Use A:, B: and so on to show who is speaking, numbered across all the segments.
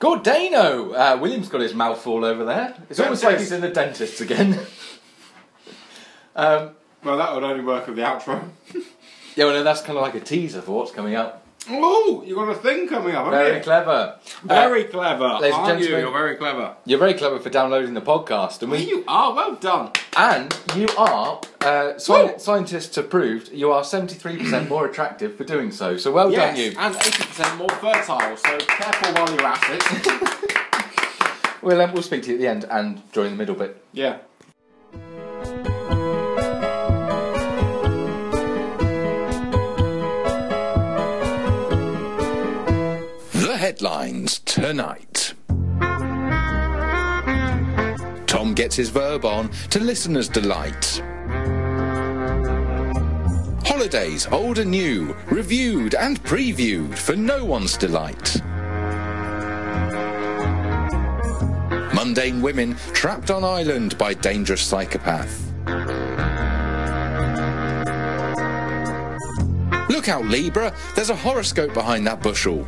A: Gordano! Uh, William's got his mouth all over there. It's almost like he's in the dentist again. um,
B: Well, that would only work with the outro.
A: yeah, well, no, that's kind of like a teaser for what's coming up.
B: Oh, you got a thing coming up, haven't
A: Very
B: you?
A: clever. Uh,
B: very clever. Aren't
A: ladies and
B: you?
A: gentlemen.
B: You're very clever.
A: you're very clever for downloading the podcast, and we
B: You are well done.
A: and you are uh, sci-
B: Woo!
A: scientists have proved you are seventy three percent more attractive for doing so. So well
B: yes,
A: done you.
B: and eighty percent more fertile. So careful while you're at it.
A: We'll um, we'll speak to you at the end and during the middle bit.
B: yeah.
C: The headlines tonight. Tom gets his verb on to listeners' delight. Holidays, old and new, reviewed and previewed for no one's delight. Mundane women trapped on island by dangerous psychopath. Look out, Libra, there's a horoscope behind that bushel.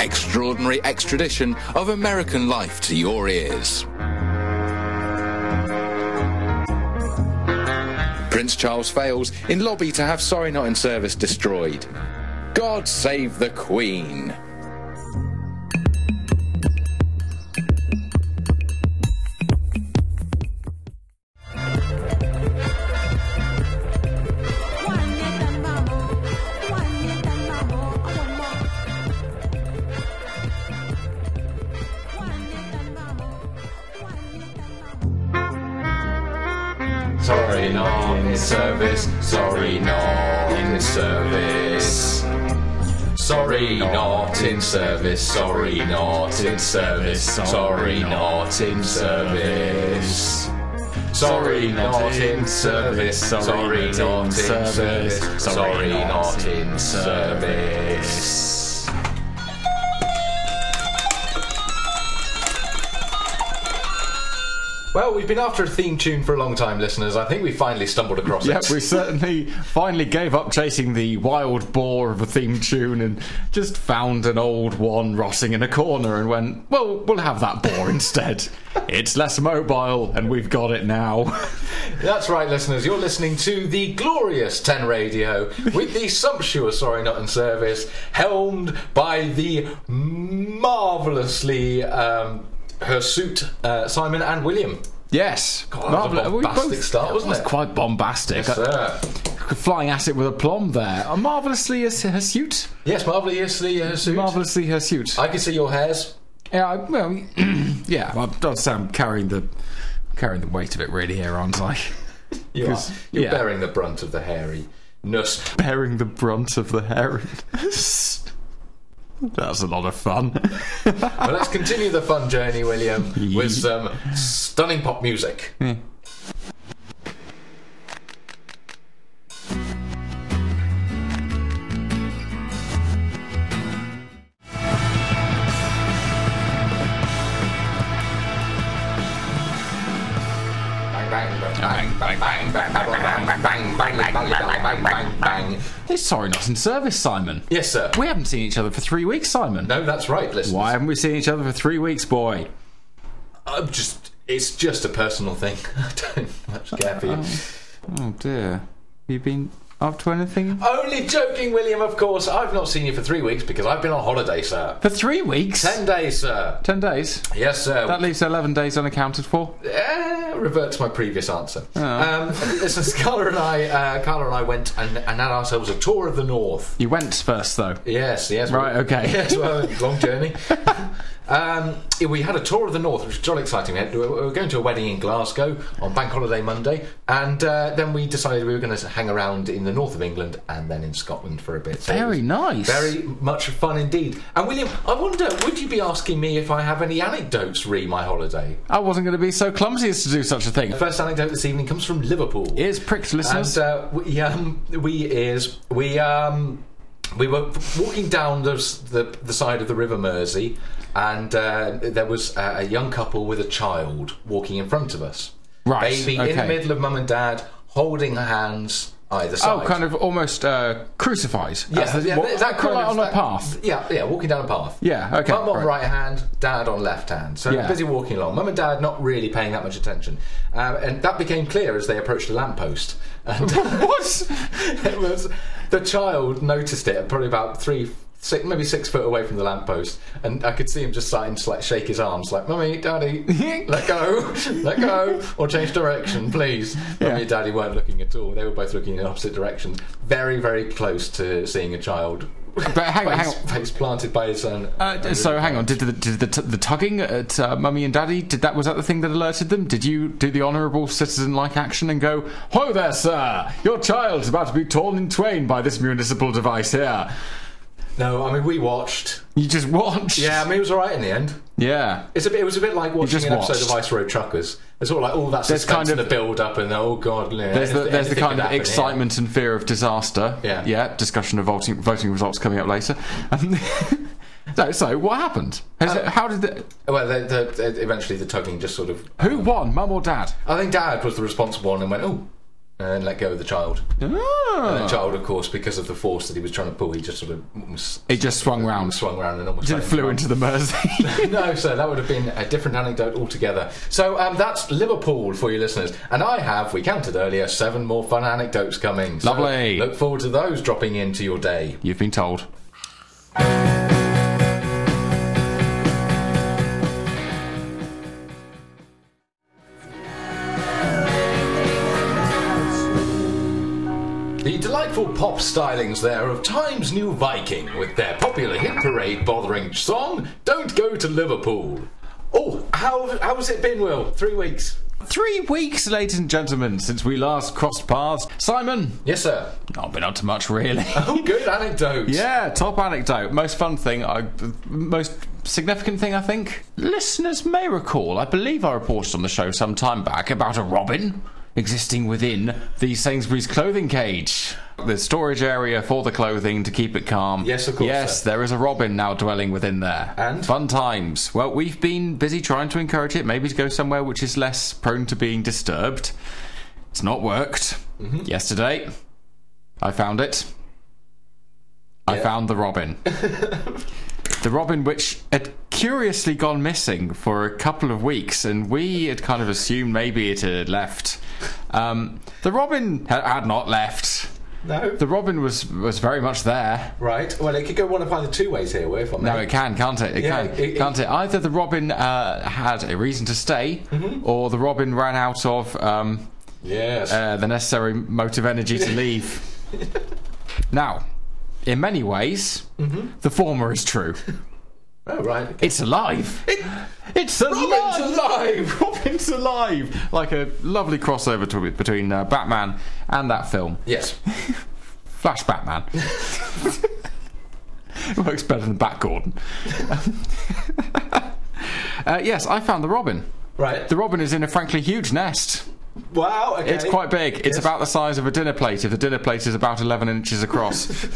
C: extraordinary extradition of American life to your ears. Prince Charles fails in lobby to have Sorry Not in Service destroyed. God save the Queen.
A: Sorry, not in service. Sorry, not in service. Sorry, not in service. Sorry, not in service. Sorry, not in service. Sorry, not in service. Sorry, not in service. Sorry, not in service. Well, we've been after a theme tune for a long time, listeners. I think we finally stumbled across
D: Yep, we certainly finally gave up chasing the wild boar of a theme tune and just found an old one rotting in a corner and went, well, we'll have that boar instead. It's less mobile and we've got it now.
A: That's right, listeners. You're listening to the glorious Ten Radio with the sumptuous, sorry, not in service, helmed by the marvellously um, hirsute uh, Simon and William.
D: yes.
A: God, that was a
D: Marvellous. We
A: bombastic
D: both-
A: start, wasn't
D: was
A: it?
D: quite bombastic.
A: Yes, sir.
D: Flying at it with aplomb there. A marvellously hirs- hirsute.
A: Yes, marvellously hirsute.
D: Marvellously hirsute.
A: I can see your hairs.
D: Yeah, I, well, yeah. I don't sound carrying the carrying the weight of it really here, aren't I?
A: You are.
D: 'Cause-
A: You're
D: yeah.
A: bearing the brunt of the hairiness.
D: Bearing the brunt of the heron. That's a lot of fun.
A: But let's continue the fun journey, William, with some stunning pop music.
D: It's sorry, not in service, Simon.
A: Yes, sir.
D: We haven't seen each other for three weeks, Simon.
A: No, that's right, listen.
D: Why haven't we seen each other for three weeks, boy?
A: I'm just. It's just a personal thing. I don't much care for you.
D: Oh dear. You been up to anything?
A: Only joking, William, of course. I've not seen you for three weeks because I've been on holiday, sir.
D: For three weeks?
A: Ten days, sir.
D: Ten days.
A: Yes, sir.
D: That leaves eleven days unaccounted for.
A: Eh, revert to my previous answer. Um, listen, Carla and I, uh, Carla and I went and, and had ourselves a tour of the north.
D: You went first though.
A: Yes, yes.
D: Right, okay.
A: Yes, well, long journey. um, yeah, we had a tour of the north, which was jolly exciting. We, had, we were going to a wedding in Glasgow on Bank Holiday Monday, and uh, then we decided we were going to hang around in the north of England and then in Scotland for a bit. So it
D: Very
A: was
D: nice.
A: Very much fun indeed. And William, I wonder, would you be asking me if I have any anecdotes re my holiday?
D: I wasn't going to be so clumsy as to do such a thing.
A: The first anecdote this evening comes from Liverpool.
D: Ears pricked, listeners.
A: And uh, we um, we is we um, we were walking down the, s- the the side of the River Mersey, and uh, there was a, a young couple with a child walking in front of us.
D: Right,
A: baby in the
D: okay.
A: middle of mum and dad, holding hands, either
D: Oh,
A: side.
D: kind of almost uh, crucifies.
A: Yeah,
D: As the-
A: yeah,
D: what-
A: that kind
D: like
A: of-
D: on a
A: that-
D: path.
A: Yeah, yeah, walking down a path.
D: Yeah, okay,
A: Mum on
D: right.
A: right. hand, dad on left hand. So
D: Yeah.
A: busy walking along. Mum and dad not really paying that much attention, um, and that became clear as they approached a lamppost. And
D: what?
A: it was the child noticed it probably about three. Six, maybe six foot away from the lamppost, and I could see him just starting to like shake his arms, like "Mummy, Daddy, let go, let go, or change direction, please." Mummy and Daddy weren't looking at all; they were both looking in opposite directions. Very, very close to seeing a child
D: But hang on, hang
A: face,
D: on.
A: face planted by his own.
D: Uh, so hang on. Did the did the, t- the tugging at uh, mummy and daddy? Did that was that the thing that alerted them? Did you do the honourable citizen like action and go, "Ho there, sir! Your child's about to be torn in twain by this municipal device here."
A: no, I mean we watched.
D: You just watched.
A: Yeah, I mean it was all right in the end.
D: yeah.
A: It's a bit, it was a bit like watching
D: just
A: an episode
D: watched.
A: of Ice Road Truckers. It's all like all that
D: There's
A: suspense
D: kind
A: and the
D: of-
A: build up and oh god, yeah,
D: There's the, there's the
A: anything could
D: kind of
A: happen here.
D: excitement and fear of disaster.
A: Yeah.
D: Yeah. Discussion of voting voting results coming up later. Um, no. So what happened?
A: Um,
D: Has it- how did the,
A: Well, the, the, the- eventually the tugging just sort of.
D: who won? Mum or dad?
A: I think Dad was the responsible one and went oh, and let go of the child. And the
D: Ah.
A: child, of course, because of the force that he was trying to pull, he just sort of almost
D: It just swung round.
A: swung around and almost let
D: It
A: him
D: flew
A: run.
D: into the Mersey.
A: no, sir, that would have been a different anecdote altogether. So um, that's Liverpool for you listeners. And I have, we counted earlier, seven more fun anecdotes coming. So
D: Lovely.
A: Look forward to those dropping into your day.
D: You've been told.
A: The delightful pop stylings there of Times New Viking with their popular hit parade bothering song, Don't Go to Liverpool. Oh, how, how has it been, Will? Three weeks.
D: Three weeks, ladies and gentlemen, since we last crossed paths. Simon,
A: Yes, sir.
D: not been up to much really.
A: Oh, good anecdotes.
D: yeah, top anecdote, most fun thing, I, most significant thing, I think. Listeners may recall, I believe I reported on the show some time back about a robin existing within the Sainsbury's clothing cage. The storage area for the clothing to keep it calm.
A: Yes, of course,
D: Yes,
A: sir.
D: there is a robin now dwelling within there.
A: And?
D: Fun times. Well, we've been busy trying to encourage it, maybe to go somewhere which is less prone to being disturbed. It's not worked.
A: Mm-hmm.
D: Yesterday, I found it. I found the robin. the robin which had curiously gone missing for a couple of weeks, and we had kind of assumed maybe it had left. Um, the robin ha- had not left.
A: No.
D: The robin was, was very much there.
A: Right. Well, it could go one of either two ways here, Will, if I'm
D: No, it can, can't it? It
A: Yeah,
D: can,
A: it- it-
D: can't it? Either the robin uh, had a reason to stay,
A: Mm-hmm.
D: or the robin ran out of um,
A: Yes.
D: uh, the necessary motive energy to leave. now, in many ways, the former is true.
A: Mm-hmm. oh, right.
D: It's alive. it's alive.
A: Robin's alive!
D: Robin's alive. Like a lovely crossover to, between uh, Batman and that film,
A: Yes.
D: Flash Batman. It Works better than Bat Gordon. uh, yes, I found the Robin.
A: Right.
D: The Robin is in a frankly huge nest.
A: wow. Okay.
D: It's quite big. It's about the size of a dinner plate. If the dinner plate is about eleven inches across,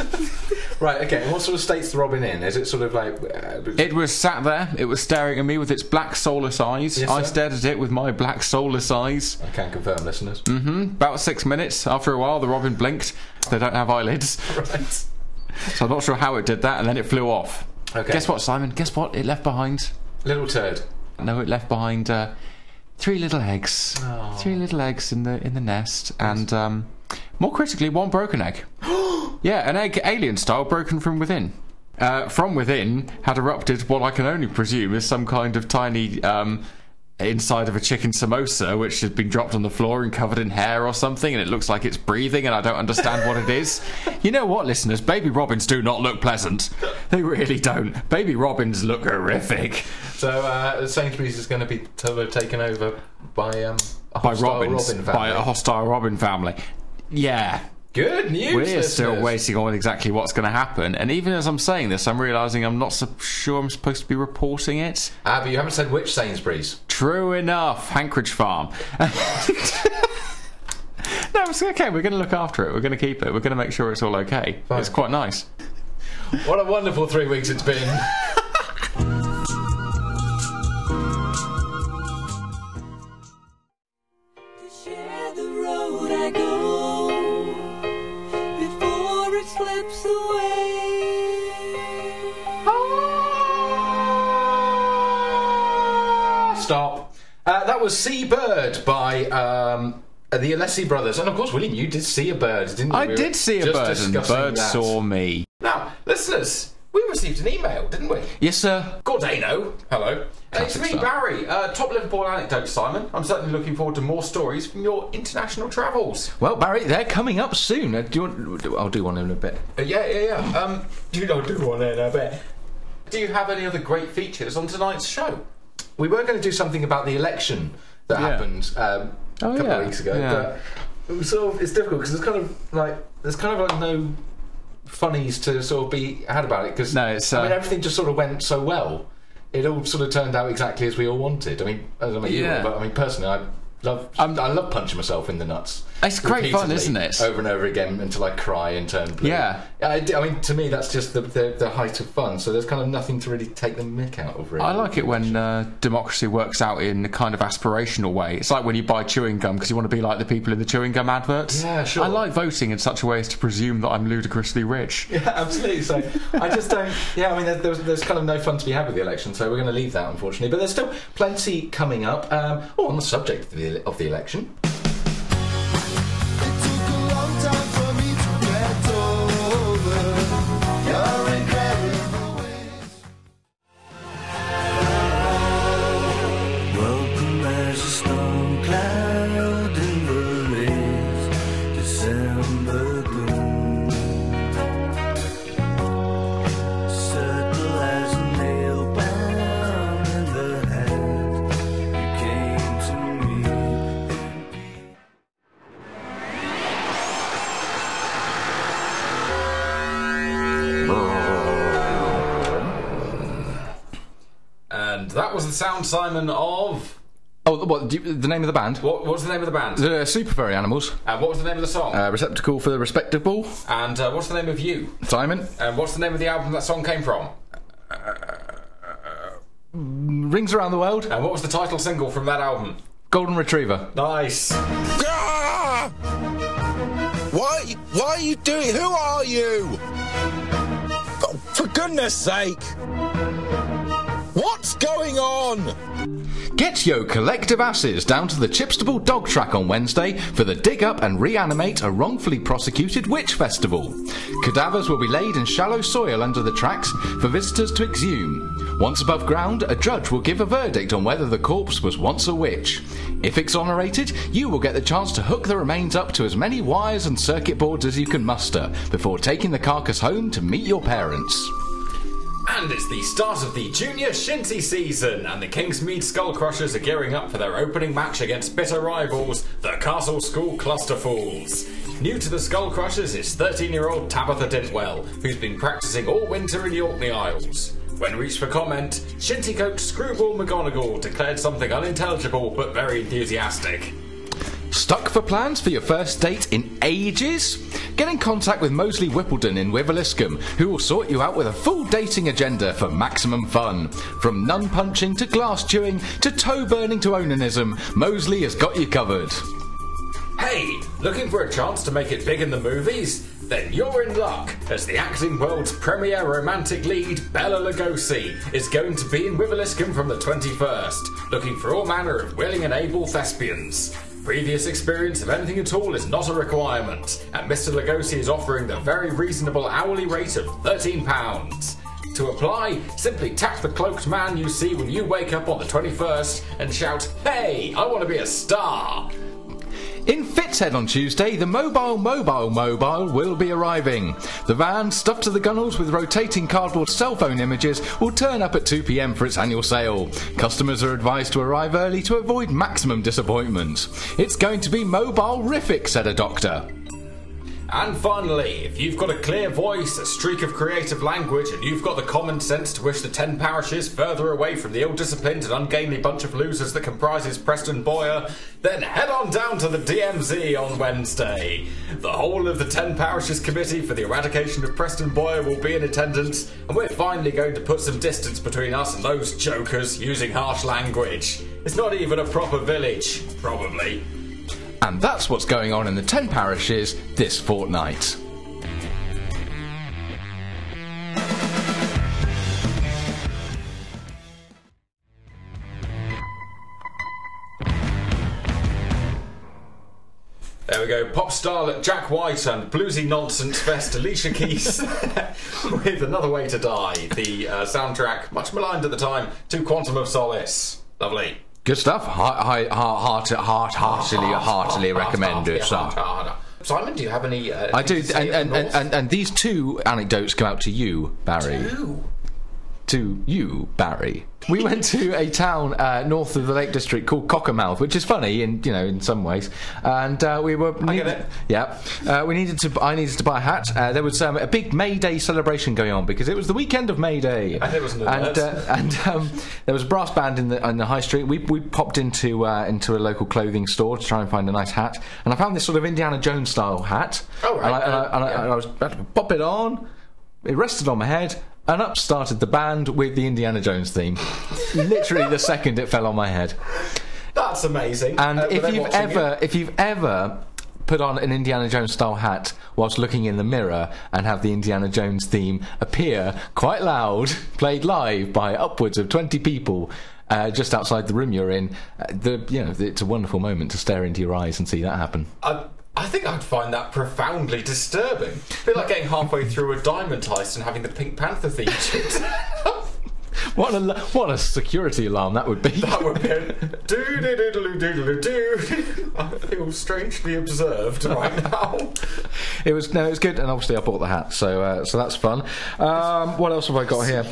A: Right. Okay. And what sort of state's the robin in? Is it sort of like? Uh,
D: it was sat there. It was staring at me with its black soulless eyes.
A: Yes,
D: I
A: sir.
D: stared at it with my black soulless eyes.
A: I can confirm, listeners.
D: Mm. About six minutes. After a while, the robin blinked. They don't have eyelids,
A: Right.
D: so I'm not sure how it did that. And then it flew off.
A: Okay.
D: Guess what, Simon? Guess what? It left behind.
A: Little turd.
D: No, it left behind uh, three little eggs. Three little eggs in the in the nest, and um, more critically, one broken egg. yeah, an egg alien style, broken from within. Uh, from within had erupted what I can only presume is some kind of tiny. Um, Inside of a chicken samosa, which had been dropped on the floor and covered in hair or something, and it looks like it's breathing, and I don't understand what it is. You know what, listeners? Baby robins do not look pleasant. They really don't. Baby robins look horrific.
A: So uh, Sainsbury's is going to be totally taken over by um a
D: by
A: hostile
D: Robins,
A: Robin
D: by
A: family.
D: a hostile Robin family. Yeah,
A: Good news.
D: we're still
A: listeners.
D: waiting on exactly what's going to happen. And even as I'm saying this, I'm realizing I'm not so sure I'm supposed to be reporting it.
A: Ah, but you haven't said which Sainsbury's.
D: True enough, Hankridge Farm. no, it's okay. We're going to look after it. We're going to keep it. We're going to make sure it's all okay. It's quite nice.
A: What a wonderful three weeks it's been.
E: Share the road I go. slips away.
A: Stop. Uh, that was Sea Bird by um, the Alessi Brothers. And of course, William, you did see a bird, didn't you?
F: I
A: We were
F: did see a
A: just
F: bird, and the
A: discussing
F: bird
A: that.
F: saw me.
A: Now, listeners, we received an email, didn't we?
F: Yes, sir.
A: Gordano. Hello. Uh, It's me,
F: stuff.
A: Barry. Uh, top Liverpool anecdotes, Simon. I'm certainly looking forward to more stories from your international travels.
F: Well, Barry, they're coming up soon. Uh, Do you want? I'll do one in a bit.
A: Uh, yeah, yeah, yeah. Um, you don't do one in a bit. Do you have any other great features on tonight's show? We were going to do something about the election that
F: Yeah.
A: happened um,
F: Oh,
A: a couple
F: yeah.
A: of weeks ago,
F: Yeah.
A: but it was sort of, it's difficult because there's kind of like there's kind of like no funnies to sort of be had about it because
F: No, it's,
A: I mean
F: uh,
A: everything just sort of went so well. It all sort of turned out exactly as we all wanted. I mean, I don't know about you,
F: Yeah.
A: all, but I mean personally, I love I love punching myself in the nuts.
F: It's great fun,
A: repeatedly,
F: isn't it?
A: Over and over again until I cry and turn blue.
F: Yeah.
A: I, d- I mean, to me, that's just the, the, the height of fun. So there's kind of nothing to really take the mick out of, really.
F: I like it when uh, democracy works out in a kind of aspirational way. It's like when you buy chewing gum because you want to be like the people in the chewing gum adverts.
A: Yeah, sure.
F: I like voting in such a way as to presume that I'm ludicrously rich.
A: Yeah, absolutely. So I just don't. Yeah, I mean, there, there's, there's kind of no fun to be had with the election, so we're going to leave that, unfortunately. But there's still plenty coming up. Um, oh, on the subject of the, of the election.
G: It took a long time for me to get over your incredible ways. Welcome as a storm cloud in the haze, December gloom. Circle as a nail bound in the hand. You came to me.
A: And that was the sound, Simon, of.
F: Oh, the- what? Do you, the name of the band?
A: What, what was the name of the band?
F: The Super Furry Animals.
A: And what was the name of the song?
F: Uh, receptacle for the respectable.
A: and uh, what's the name of you?
F: Simon.
A: And what's the name of the album that song came from?
F: Rings around the world.
A: And what was the title single from that album?
F: Golden Retriever.
A: Nice.
C: Ah! Why? Why are you doing? Who are you? Oh, for goodness' sake! What's going on?
F: Get yo collective asses down to the Chipstable Dog Track on Wednesday for the Dig Up and Reanimate a Wrongfully Prosecuted Witch Festival. Cadavers will be laid in shallow soil under the tracks for visitors to exhume. Once above ground, a judge will give a verdict on whether the corpse was once a witch. If exonerated, you will get the chance to hook the remains up to as many wires and circuit boards as you can muster before taking the carcass home to meet your parents.
A: And it's the start of the junior shinty season, and the Kingsmead Skullcrushers are gearing up for their opening match against bitter rivals, the Castle School Clusterfools. New to the Skullcrushers is 13-year-old Tabitha Dentwell, who's been practicing all winter in the Orkney Isles. When reached for comment, shinty coach Screwball McGonagall declared something unintelligible but very enthusiastic.
F: Stuck for plans for your first date in ages? Get in contact with Mosley Whippledon in Wiveliscombe, who will sort you out with a full dating agenda for maximum fun. From nun punching to glass chewing to toe burning to onanism, Mosley has got you covered.
A: Hey, looking for a chance to make it big in the movies? Then you're in luck, as the acting world's premier romantic lead, Bella Lugosi, is going to be in Wiveliscombe from the 21st, looking for all manner of willing and able thespians. Previous experience of anything at all is not a requirement, and Mr. Lugosi is offering the very reasonable hourly rate of £13. To apply, simply tap the cloaked man you see when you wake up on the 21st and shout, Hey, I want to be a star!
F: In Fitzhead on Tuesday, the Mobile Mobile Mobile will be arriving. The van, stuffed to the gunnels with rotating cardboard cell phone images, will turn up at 2pm for its annual sale. Customers are advised to arrive early to avoid maximum disappointment. It's going to be mobile rific, said a doctor.
A: And finally, if you've got a clear voice, a streak of creative language, and you've got the common sense to wish the ten parishes further away from the ill-disciplined and ungainly bunch of losers that comprises Preston Boyer, then head on down to the DMZ on Wednesday. The whole of the ten parishes committee for the eradication of Preston Boyer will be in attendance, and we're finally going to put some distance between us and those jokers using harsh language. It's not even a proper village, probably.
F: And that's what's going on in the 10 parishes this fortnight.
D: go pop starlet Jack White and bluesy nonsense fest Alicia Keys with Another Way to Die, the uh, soundtrack, much maligned at the time, to Quantum of Solace. Lovely.
A: Good stuff. Heart, heart, heart, heart, heartily, heartily
D: Hard,
A: recommend
D: hard,
A: it,
D: yeah,
A: sir.
D: hard, hard, hard. Simon, do you have any? Uh,
A: I do,
D: anything to
A: and, and,
D: say about
A: and,
D: North?
A: and, and these two anecdotes go out to you, Barry.
D: Ooh.
A: to you, Barry. We went to a town uh, north of the Lake District called Cockermouth, which is funny in you know in some ways. And uh, we were
D: get it.
A: yeah, uh, we needed to. I needed to buy a hat. Uh, there was um, a big May Day celebration going on because it was the weekend of May Day,
D: And there was an
A: and,
D: alert.
A: uh, and um, there was a brass band in the in the high street. We, we popped into uh, into a local clothing store to try and find a nice hat, and I found this sort of Indiana Jones style hat.
D: Oh, right.
A: And I, and I- and I-
D: Yeah.
A: and I was about to pop it on. It rested on my head, and up started the band with the Indiana Jones theme. Literally the second it fell on my head.
D: That's amazing.
A: And
D: Uh, were
A: if
D: they
A: you've
D: watching
A: ever, if you've ever put on an Indiana Jones style hat whilst looking in the mirror and have the Indiana Jones theme appear quite loud, played live by upwards of twenty people. Uh, just outside the room you're in, uh, the you know it's a wonderful moment to stare into your eyes and see that happen.
D: I, I think I'd find that profoundly disturbing. A bit like getting halfway through a diamond heist and having the Pink Panther theme. tuned.
A: What a lo- what a security alarm that would be.
D: that would be a do do do do do do do. I feel strangely observed right now.
A: It was no, it was good, and obviously I bought the hat, so uh, so that's fun. Um, what else have I got here?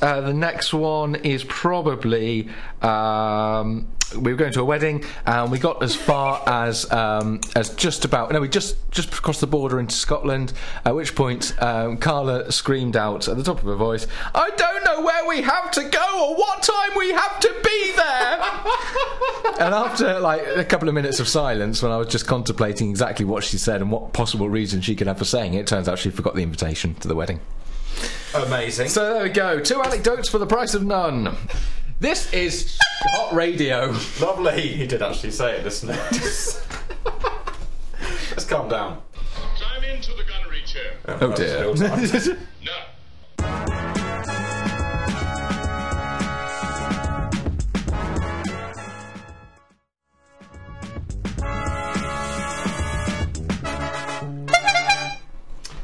A: Uh, the next one is probably um, we were going to a wedding, and we got as far as um, as just about no, we just just crossed the border into Scotland. At which point, um, Carla screamed out at the top of her voice, "I don't know where we have to go or what time we have to be there." and after like a couple of minutes of silence, when I was just contemplating exactly what she said and what possible reason she could have for saying it, it turns out she forgot the invitation to the wedding.
D: Amazing.
A: So there we go. Two anecdotes for the price of none. This is hot radio.
D: Lovely. He did actually say it, didn't he? Let's calm down.
H: Climb into the gunnery chair.
A: Oh dear.
H: Now.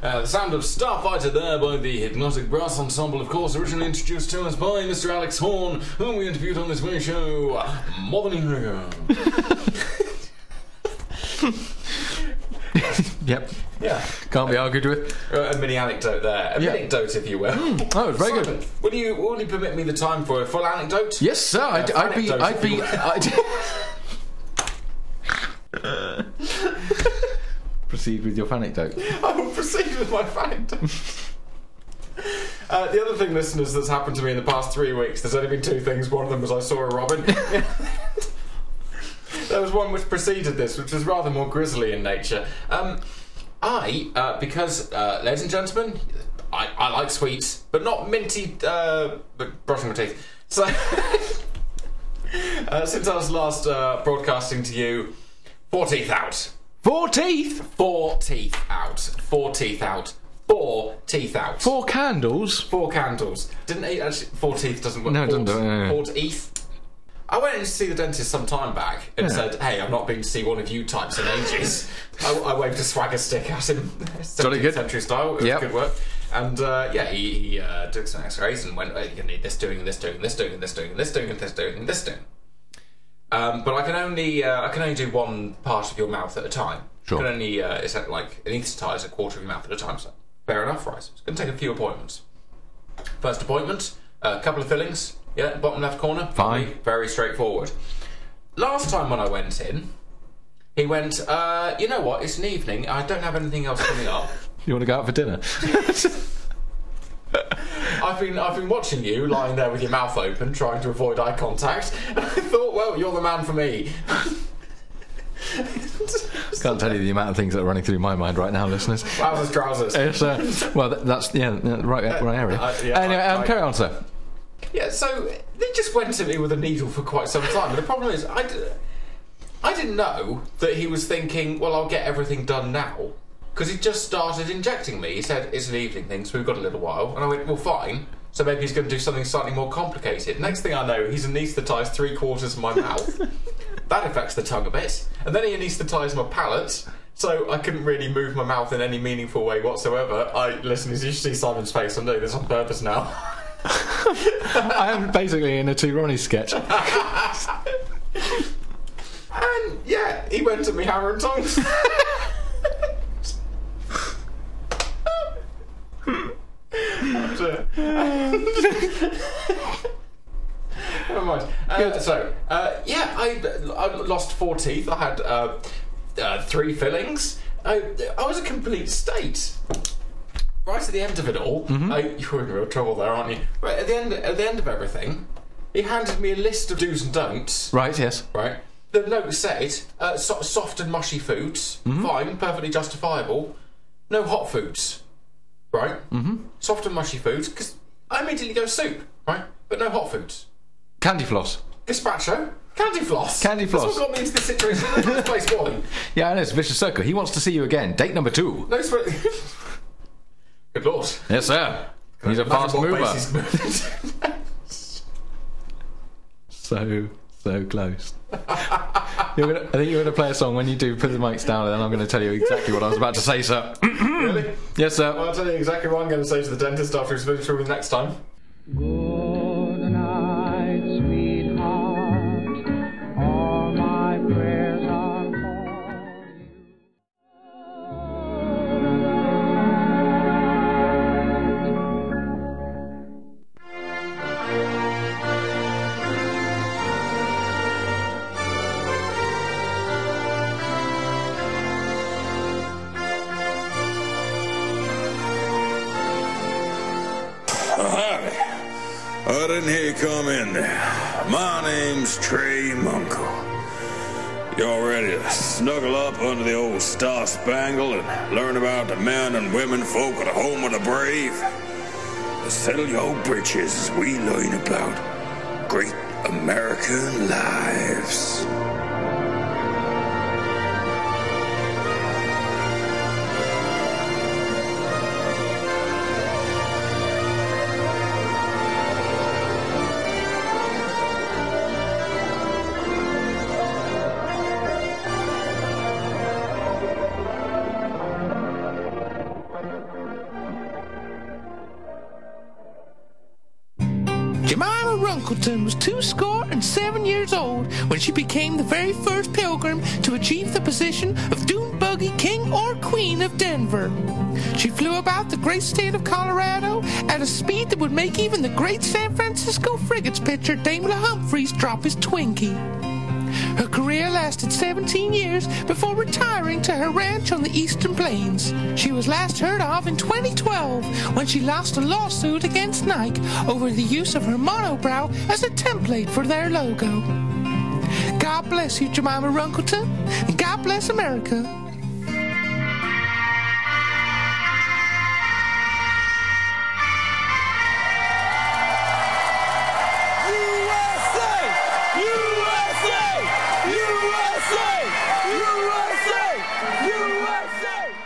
D: Uh, the sound of Starfighter there by the Hypnotic Brass Ensemble, of course, originally introduced to us by Mr. Alex Horn, whom we interviewed on this very show more than a year ago.
A: yep.
D: Yeah.
A: Can't be argued with.
D: Uh, a mini anecdote there. A
A: Yeah.
D: anecdote, if you will.
A: Oh, very good.
D: Simon, Will you, will you permit me the time for a full anecdote?
A: Yes, sir. I'd,
D: Uh,
A: I'd be.
D: anecdote,
A: I'd
D: if
A: be.
D: you will.
A: I'd... Proceed with your anecdote.
D: I will proceed with my anecdote. Uh, the other thing, listeners, that's happened to me in the past three weeks, there's only been two things. One of them was I saw a robin. there was one which preceded this, which was rather more grisly in nature. Um, I, uh, because, uh, ladies and gentlemen, I, I like sweets, but not minty, uh, but brushing my teeth. So, uh, since I was last uh, broadcasting to you, four teeth out.
A: Four teeth,
D: Four teeth out. Four teeth out. Four teeth out.
A: four candles.
D: Four candles. Didn't he actually? Four teeth doesn't work.
A: No, it
D: four,
A: doesn't do it, yeah, yeah.
D: Four teeth. I went in to see the dentist some time back and
A: Yeah.
D: said, "Hey, I've not been to see one of you types in ages." I, I waved a swagger stick at him, 17th
A: Jolly good.
D: century style. It was
A: Yep.
D: good work. And uh, yeah, he, he uh, took some X-rays and went, oh, "You're gonna need this doing, and this doing, and this doing, and this doing, and this doing, and this doing, and this doing." Um, but I can only uh, I can only do one part of your mouth at a time.
A: Sure.
D: I can only uh, it's like anaesthetise a quarter of your mouth at a time. So fair enough, right? So it's going to take a few appointments. First appointment, a couple of fillings. Yeah, bottom left corner.
A: Fine.
D: Lovely, Very straightforward. Last time when I went in, he went, uh, you know what? It's an evening. I don't have anything else coming up.
A: You want to go out for dinner?
D: I've been I've been watching you lying there with your mouth open, trying to avoid eye contact. And I thought, well, you're the man for me.
A: Can't tell you the amount of things that are running through my mind right now, listeners.
D: Trousers, trousers.
A: It's, uh, well, that, that's yeah, yeah, right, right area.
D: Uh, yeah,
A: anyway,
D: I-
A: um,
D: I-
A: carry on, sir.
D: Yeah, so they just went to me with a needle for quite some time. And the problem is, I, d- I didn't know that he was thinking, well, I'll get everything done now. Because he just started injecting me. He said, it's an evening thing, so we've got a little while. And I went, well, fine. So maybe he's going to do something slightly more complicated. Next thing I know, he's anaesthetised three quarters of my mouth. That affects the tongue a bit. And then he anaesthetised my palate, so I couldn't really move my mouth in any meaningful way whatsoever. I listen, as you see Simon's face, I'm doing this on purpose now.
F: I am basically in a two Ronnie sketch.
D: and yeah, he went to me hammer and tongs. Never mind. Uh, so, uh, yeah, I, I lost four teeth. I had uh, uh, three fillings. I, I was a complete state. Right at the end of it all, I, you were in real trouble there, aren't you? Right at the end, at the end of everything, he handed me a list of do's and don'ts.
F: right, yes.
D: Right. The note said uh, so- soft and mushy foods,
F: Mm-hmm.
D: fine, perfectly justifiable. No hot foods. Right? Mm-hmm. Soft and mushy foods, because I immediately go soup, right? But no hot foods.
F: Candy floss.
D: Gazpacho, candy floss.
F: Candy floss.
D: That's what got me into this situation in the first place, Wally.
F: Yeah, I know, it's a vicious circle. He wants to see you again. Date number two.
D: No sweat. Good lord.
F: Yes, sir. He's a fast
D: What
F: mover.
D: basis movement.
F: So, so close. you're gonna, I think you're going to play a song when you do put the mics down, and then I'm going to tell you exactly what I was about to say, sir.
D: really?
F: yes,
D: Well,
F: sir.
D: I'll tell you exactly what I'm going to say to the dentist after he's been through with next time.
I: Good night, sweetheart. All my prayers are for you.
J: Hi. I didn't hear you come in. My name's Trey Munkle. Y'all ready to snuggle up under the old star spangle and learn about the men and women folk of the home of the brave? Settle your britches as we learn about great American lives.
K: Jemima Runkleton was two score and seven years old when she became the very first pilgrim to achieve the position of dune buggy king or queen of Denver. She flew about the great state of Colorado at a speed that would make even the great San Francisco frigates pitcher Damon Humphreys drop his Twinkie. Her career lasted 17 years before retiring to her ranch on the Eastern Plains. She was last heard of in 2012 when she lost a lawsuit against Nike over the use of her monobrow as a template for their logo. God bless you, Jemima Runkleton, and God bless America.
C: USA! USA! USA! USA! USA!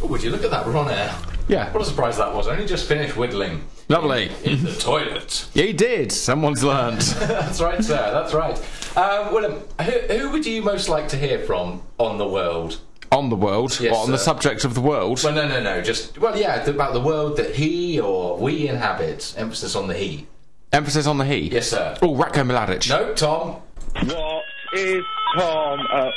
D: Oh, would you look at that? We're on air.
F: Yeah.
D: What a surprise that was. I only just finished whittling
F: Lovely.
D: in the toilet.
F: He did. Someone's learned.
D: That's right, sir. That's right. Um, Willem, who, who would you most like to hear from on the world?
F: on the world,
D: Yes,
F: or on the
D: sir.
F: subject of the world.
D: Well, no, no, no. Just well, yeah, th- about the world that he or we inhabit. Emphasis on the he.
F: Emphasis on the he.
D: Yes, sir.
F: Oh, Ratko Mladic.
D: No, Tom.
G: What is Tom up,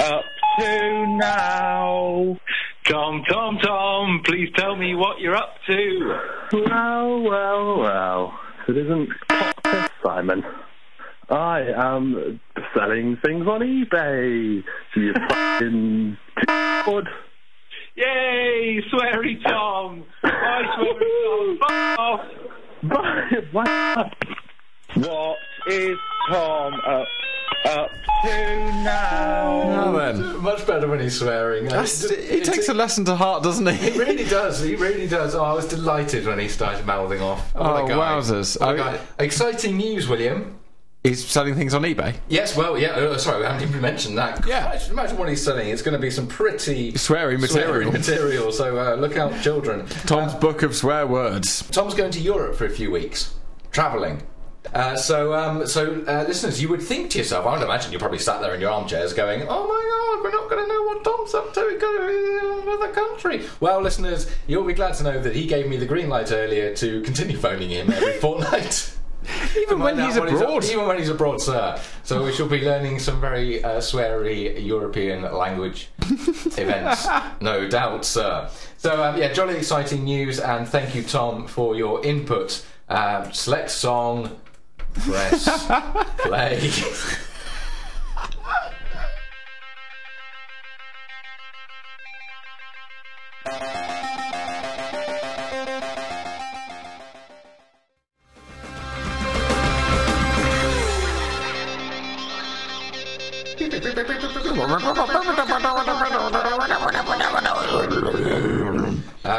G: up to now? Tom, Tom, Tom, please tell me what you're up to. Well, well, well. It isn't Popfest, Simon. I am selling things on eBay. You fucking good. Yay, sweary Tom. Bye, sweary Tom. Bye off. Bye. What is Tom up, up to now?
F: Now then.
D: Much better when he's swearing.
F: That's,
D: Uh,
F: he takes a lesson to heart, doesn't he?
D: He really does. He really does. Oh, I was delighted when he started mouthing off. What
F: Oh,
D: a guy.
F: wowzers.
D: What a
F: Oh,
D: guy. Exciting news, William. He's selling things on eBay.
F: Yes, well, yeah. uh, sorry, we haven't even mentioned that.
D: Yeah.
F: Imagine, imagine what he's selling. It's going to be some pretty
D: Sweary material.
F: sweary material. So uh, look out, children.
D: Tom's book of swear words.
F: Tom's going to Europe for a few weeks, travelling. Uh, so, um, so uh, listeners, you would think to yourself, I would imagine you're probably sat there in your armchairs going, "Oh my God, we're not going to know what Tom's up to. He's going to be in another country." Well, listeners, you'll be glad to know that he gave me the green light earlier to continue phoning him every fortnight.
D: Even when
F: Find out
D: he's
F: what
D: abroad.
F: even when he's abroad, sir. So we shall be learning some very uh, sweary European language events, no doubt, sir. So um, yeah, jolly exciting news, and thank you, Tom, for your input. Um, select song, press play. Uh,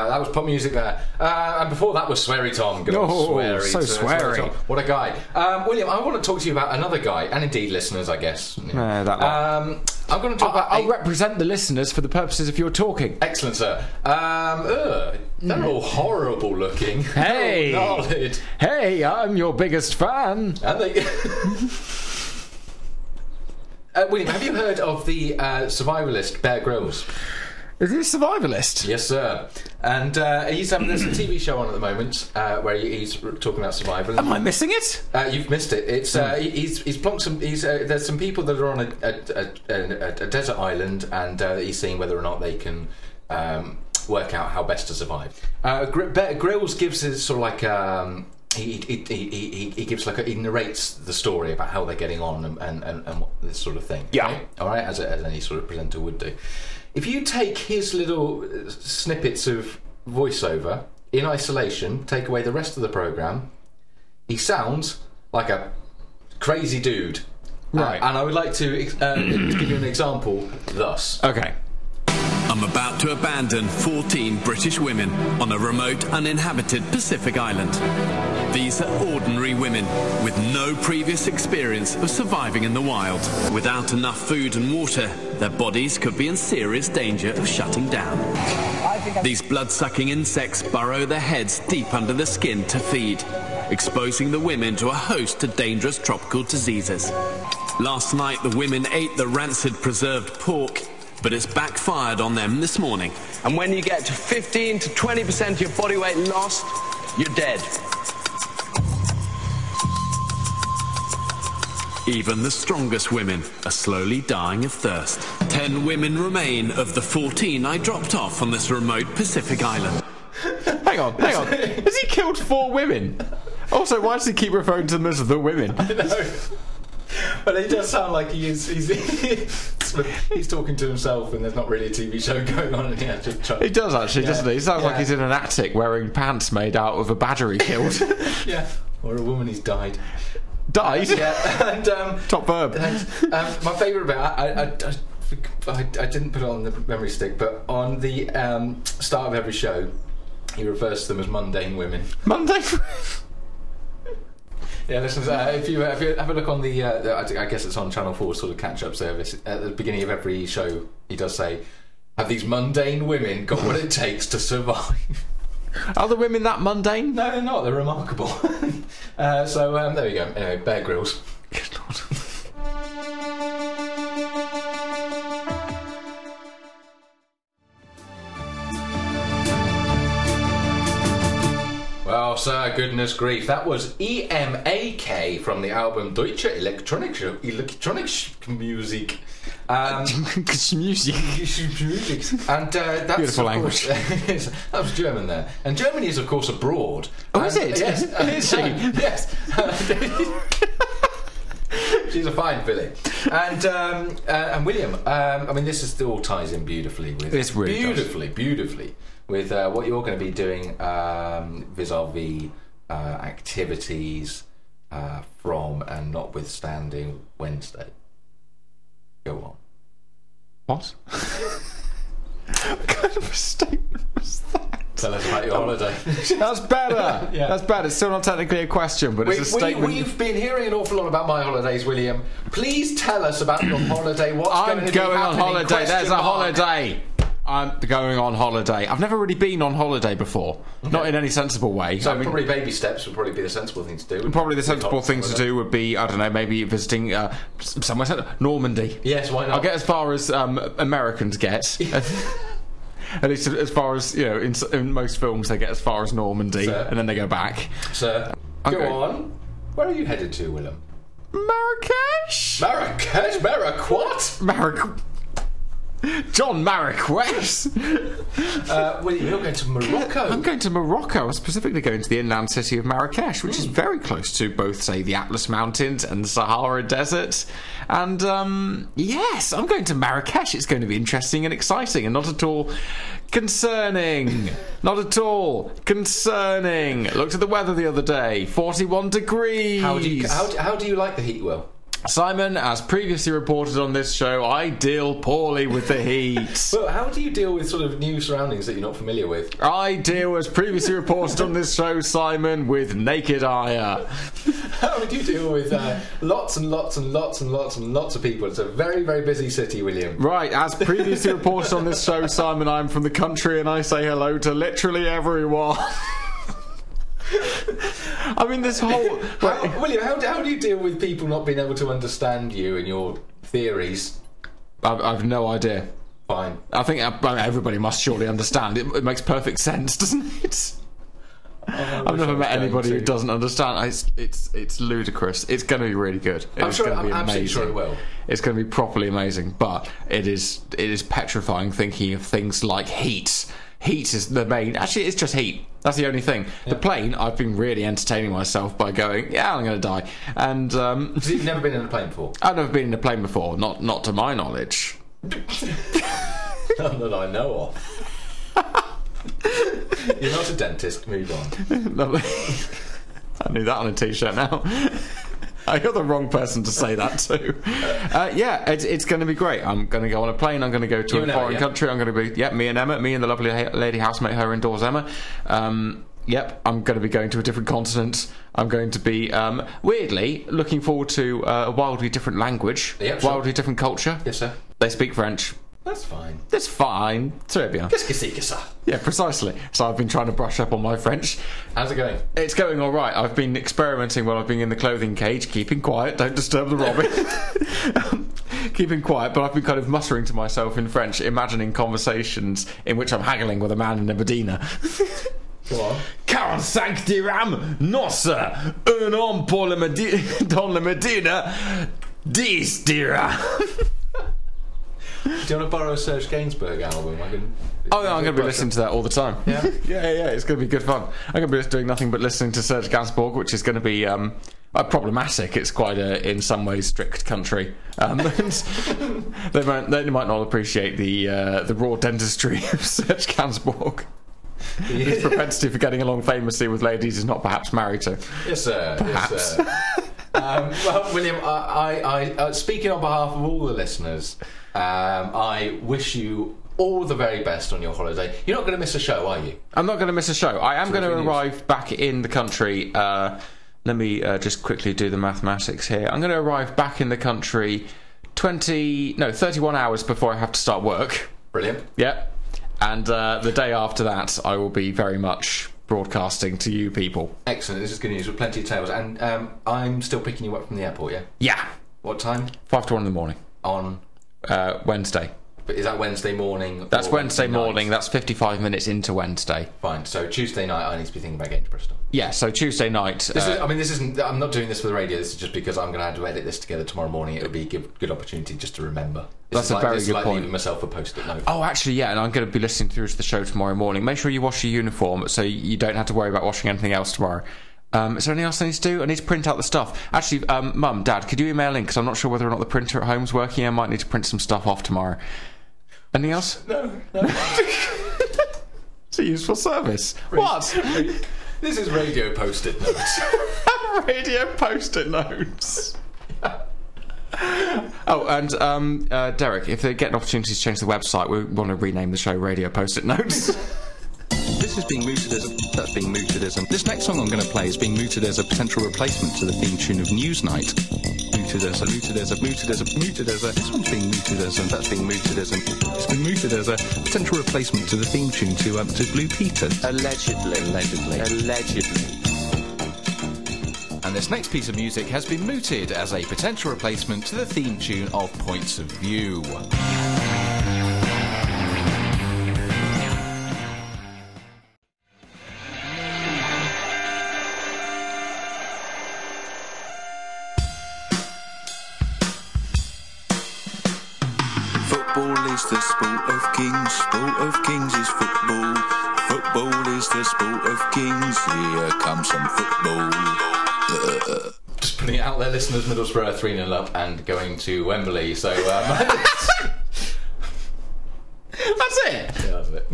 F: that was pop music there, uh, and before that was Sweary Tom. Good old
D: Oh,
F: sweary,
D: so
F: sir,
D: sweary.
F: Tom. What a guy, um, William. I want to talk to you about another guy, and indeed listeners, I guess.
D: No, Uh, that one.
F: um, I'm going to talk about.
D: I'll
F: a-
D: represent the listeners for the purposes of your talking.
F: Excellent, sir. Um, ugh, they're all horrible looking.
D: Hey.
F: They're all gnarled.
D: Hey, I'm your biggest fan.
F: And they. Uh, William, have you heard of the uh, survivalist Bear Grylls?
D: Is he a survivalist?
F: Yes, sir. And uh, he's having there's a TV show on at the moment uh, where he- he's r- talking about survival.
D: Am I missing it?
F: Uh, you've missed it. It's uh, he- he's he's plonked some. He's uh, there's some people that are on a a, a, a, a desert island, and uh, he's seeing whether or not they can um, work out how best to survive. Uh, Gr- Bear Grylls gives us sort of like. Um, he, he, he, he, he- he gives like a, he narrates the story about how they're getting on and, and, and, and what, this sort of thing.
D: Yeah.
F: Right? All right, as, a, as any sort of presenter would do. If you take his little uh, snippets of voiceover in isolation, take away the rest of the program, he sounds like a crazy dude.
D: Right.
F: Uh, and I would like to ex- uh, give you an example thus.
D: Okay.
K: I'm about to abandon 14 British women on a remote, uninhabited Pacific island. These are ordinary women with no previous experience of surviving in the wild. Without enough food and water, their bodies could be in serious danger of shutting down. These blood sucking insects burrow their heads deep under the skin to feed, exposing the women to a host of dangerous tropical diseases. Last night, the women ate the rancid preserved pork, but it's backfired on them this morning.
L: And when you get to 15 to 20% of your body weight lost, you're dead.
K: Even the strongest women are slowly dying of thirst. Ten women remain of the 14 I dropped off on this remote Pacific island.
D: Hang on, hang on. Has he killed four women? Also, why does he keep referring to them as the women?
F: But it does sound like he is, he's, he's talking to himself and there's not really a TV show going on and he has to try.
D: He does actually, doesn't he? He sounds like
F: Yeah.
D: he's in an attic wearing pants made out of a battery killed.
F: Yeah. Or a woman who's died.
D: Died.
F: Yeah, and um,
D: Top verb.
F: thanks. Um, my favourite bit. I, I, I- I, I didn't put it on the memory stick, but on the um, start of every show, he refers to them as mundane women.
D: Monday.
F: Yeah, listen. Uh, if, you, if you have a look on the, uh, the I think- I guess it's on Channel Four sort of catch-up service. At the beginning of every show, he does say, "Have these mundane women got what it takes to survive?"
D: Are the women that mundane?
F: no, they're not. They're remarkable. uh, so um, there you go. Anyway, Bear Grylls. Well, sir, goodness grief. That was E EMAK from the album Deutsche Elektronische Elektronische Musik. Um,
D: Because music.
F: Musik. and uh, that's
D: Beautiful
F: of course- that was German there. And Germany is, of course, abroad.
D: Oh, is
F: And-
D: it?
F: Yes.
D: Is she?
F: and, uh, yes. She's a fine filly. And um, uh, and William, um, I mean, this is, all ties in beautifully with
D: This really does.
F: beautifully, beautifully with uh, what you're going to be doing um, vis-a-vis uh, activities uh, from and notwithstanding Wednesday. Go on.
D: What? what kind of a statement was that?
A: Tell us about your holiday.
D: That's better. That's better. It's still not technically a question, but
A: We,
D: it's a statement.
A: have been hearing an awful lot about my holidays, William. Please tell us about your holiday. What's
D: I'm
A: going to
D: going,
A: be
D: on
A: happening?
D: holiday. There's
A: Question
D: a
A: mark.
D: holiday. I'm going on holiday. I've never really been on holiday before, not in any sensible way.
A: So
D: I mean,
A: probably baby steps would probably be the sensible thing to do. wouldn't
D: probably
A: it?
D: the sensible thing to do would be I don't know, maybe visiting uh, s- somewhere Normandy.
A: Yes, why not?
D: I'll get as far as um, Americans get. At least as far as you know, in, s- in most films they get as far as Normandy
A: Sir.
D: and then they go back.
A: Sir,
D: Okay.
A: go on. Where are you headed to, Willem?
D: Marrakesh,
A: Marrakesh, Marrakesh, what?
D: Marrakesh, John Marrakesh.
A: Uh, William, you're going to Morocco.
D: I'm going to Morocco. I'm specifically going to the inland city of Marrakesh, which is
A: Hmm.
D: very close to both, say, the Atlas Mountains and the Sahara Desert. And um, yes, I'm going to Marrakesh. It's going to be interesting and exciting, and not at all concerning. not at all concerning. Looked at the weather the other day: 41 degrees.
A: How do, you, how, do- how do you like the heat, Will?
D: Simon, as previously reported on this show, I deal poorly with the heat.
A: Well, how do you deal with sort of new surroundings that you're not familiar with?
D: I deal, as previously reported on this show, Simon, with naked ire.
A: How would you deal with uh, lots and lots and lots and lots and lots of people? It's a very, very busy city, William.
D: Right, as previously reported on this show, Simon, I'm from the country and I say hello to literally everyone. I mean, this whole.
A: How, William, how, do- how do you deal with people not being able to understand you and your theories?
D: I've, I've no idea.
A: Fine.
D: I think uh, well, everybody must surely understand. It, it makes perfect sense, doesn't it? I've never met anybody who doesn't understand. I- It's it's it's ludicrous. It's going to be really good.
A: I'm
D: It's
A: sure-
D: going to be
A: I'm absolutely
D: amazing.
A: sure it will.
D: It's going to be properly amazing. But it is it is petrifying thinking of things like heat. Heat is the main. Actually, it's just heat. That's the only thing. The plane. I've been really entertaining myself by going. Yeah, I'm going to die. And um,
A: Because you've never been in a plane before.
D: I've never been in a plane before. Not not to my knowledge.
A: None that I know of. You're not a dentist. Move on.
D: Lovely. I knew that on a t-shirt now. You're the wrong person to say that to. Uh, yeah, it's, it's going to be great. I'm going to go on a plane. I'm going to go to
A: You
D: a
A: and Emma,
D: foreign
A: yeah?
D: country. I'm going to be yeah, me and Emma, me and the lovely ha- lady housemate, her indoors, Emma. Um, yep, I'm going to be going to a different continent. I'm going to be um, weirdly looking forward to uh, a wildly different language,
A: Yep, sure.
D: wildly different culture.
A: Yes, sir.
D: They speak French.
A: That's fine.
D: That's fine. Très bien. Yeah, precisely. So I've been trying to brush up on my French.
A: How's it going?
D: It's going all right. I've been experimenting while I've been in the clothing cage, keeping quiet. Don't disturb the robin. Um, keeping quiet, but I've been kind of muttering to myself in French, imagining conversations in which I'm haggling with a man in a bedina.
A: Go on.
D: 45 dirhams, non sir. Un homme pour le Medi- dans le Medina, 10 dirhams.
A: Do you want to borrow a Serge Gainsbourg album? I can.
D: Oh no, I'm going to be listening to that all the time.
A: Yeah?
D: yeah, yeah. It's going to be good fun. I'm going to be just doing nothing but listening to Serge Gainsbourg, which is going to be um, uh, problematic. It's quite a, in some ways, strict country. Um, and they might they might not appreciate the uh, the raw dentistry of Serge Gainsbourg. His propensity for getting along famously with ladies he's not perhaps married to.
A: Yes, sir. Yes, sir. um, well, William, I, I, I uh, speaking on behalf of all the listeners, um, I wish you all the very best on your holiday. You're not going to miss a show, are you?
D: I'm not going to miss a show. I am going to
A: Terrific news.
D: arrive back in the country. Uh, let me uh, just quickly do the mathematics here. I'm going to arrive back in the country 20, no, 31 hours before I have to start work.
A: Brilliant.
D: Yep. And uh, the day after that, I will be very much broadcasting to you people.
A: Excellent. This is good news with plenty of tales. And um, I'm still picking you up from the airport, yeah?
D: Yeah.
A: What time?
D: 5 to 1 in the morning.
A: On.
D: Uh, Wednesday.
A: but Is that Wednesday morning?
D: That's
A: or
D: Wednesday,
A: night?
D: morning. That's 55 minutes into Wednesday.
A: Fine. So Tuesday night, I need to be thinking about getting to Bristol.
D: Yeah, so Tuesday night.
A: This
D: uh,
A: is, I mean, this isn't. I'm not doing this for the radio. This is just because I'm going to have to edit this together tomorrow morning. It would be a good, good opportunity just to remember. This
D: That's
A: is
D: a
A: like,
D: very
A: this is
D: good
A: like
D: point.
A: Leaving myself a post-it note.
D: Oh, actually, yeah, and I'm going to be listening through to the show tomorrow morning. Make sure you wash your uniform so you don't have to worry about washing anything else tomorrow. Um, is there anything else I need to do? I need to print out the stuff. Actually, um, Mum, Dad, could you email in? Because I'm not sure whether or not the printer at home's working. I might need to print some stuff off tomorrow. Anything else?
A: No, no.
D: It's a useful service. What?
A: this is radio post-it notes.
D: Radio post-it notes. Oh, and um, uh, Derek, if they get an opportunity to change the website, we want to rename the show Radio Post-it Notes.
K: This
F: This is being mooted as a, that's being mooted as a. This next song I'm going to play is being mooted as a potential replacement to the theme tune of Newsnight. Mooted as a, mooted as a, mooted as a, mooted as a. This one's being mooted as a. That's being mooted as a. It's been mooted as a potential replacement to the theme tune to um, to Blue Peter. Allegedly, allegedly, allegedly. And this next piece of music has been mooted as a potential replacement to the theme tune of Points of View.
M: Football is the sport of kings. Sport of kings is football. Football is the sport of kings. Here comes some football.
A: Just putting it out there, listeners. Middlesbrough are 3 0 up and going to Wembley. So, um, that's it. Yeah, that's it.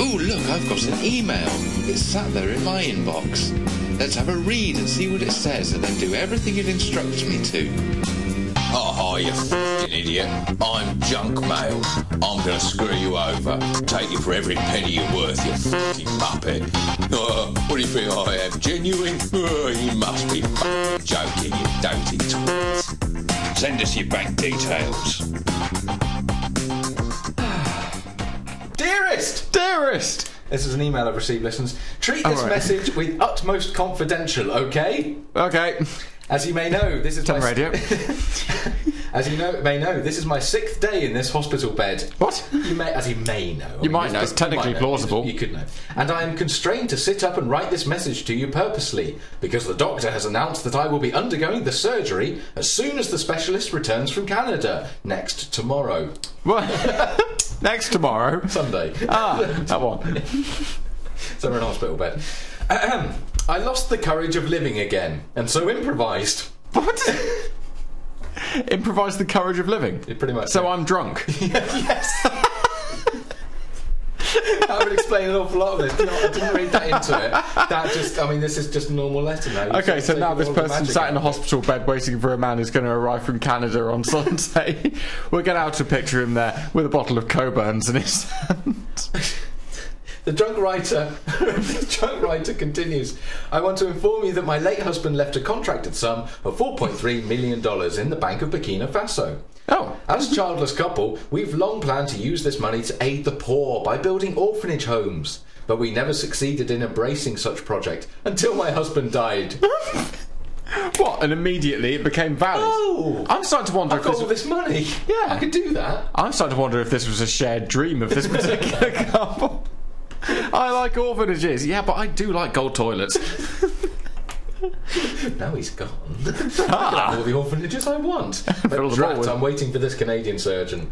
F: Oh, look, I've got an email. It's sat there in my inbox. Let's have a read and see what it says, and then do everything it instructs me to.
A: Oh, you fucking idiot. I'm junk mail. I'm gonna screw you over. Take you for every penny you're worth, you fucking muppet. Uh, what do you think I am, genuine? Uh, you must be fucking joking, you doting twat. Send us your bank details. Dearest! Dearest! This is an email I've received, listeners. Treat this
D: All right.
A: message with utmost confidential, okay?
D: Okay.
A: As you may know, this is
D: Turn
A: my
D: radio.
A: As you know, may know, this is my sixth day in this hospital bed. What? You may, as you may know. I mean,
D: might know.
A: just-
D: It's technically
A: you might know.
D: plausible.
A: You, could know. And I am constrained to sit up and write this message to you purposely because the doctor has announced that I will be undergoing the surgery as soon as the specialist returns from Canada next tomorrow.
D: What? Next tomorrow.
A: Sunday.
D: Ah, that one.
A: Somewhere in hospital bed. Ahem. I lost the courage of living again, and so improvised.
D: Improvise the courage of living.
A: pretty much.
D: So I'm drunk.
A: that would explain an awful lot of this. Do you know what? I didn't read that into it. That just, I mean, this is just normal letter now. You've
D: Okay,
A: sort of
D: so now
A: taken
D: this
A: all the
D: person
A: magic
D: sat
A: out.
D: in a hospital bed waiting for a man who's going to arrive from Canada on Sunday. We're going to have to picture him there with a bottle of Coburn's in his
A: The drunk writer, the drunk writer continues. I want to inform you that my late husband left a contracted sum of 4.3 million dollars in the bank of Burkina Faso.
D: Oh.
A: As a childless couple, we've long planned to use this money to aid the poor by building orphanage homes, but we never succeeded in embracing such project until my husband died.
D: What? And immediately it became valid.
A: Oh,
D: I'm starting to wonder
A: I've
D: if
A: got
D: this
A: all this money.
D: Yeah.
A: I could do that.
D: I'm starting to wonder if this was a shared dream of this particular couple. I like orphanages, yeah, but I do like gold toilets.
A: Now he's gone. I can have all the orphanages I want.
D: Fill
A: But
D: the bowl
A: drat,
D: with-
A: I'm waiting for this Canadian surgeon.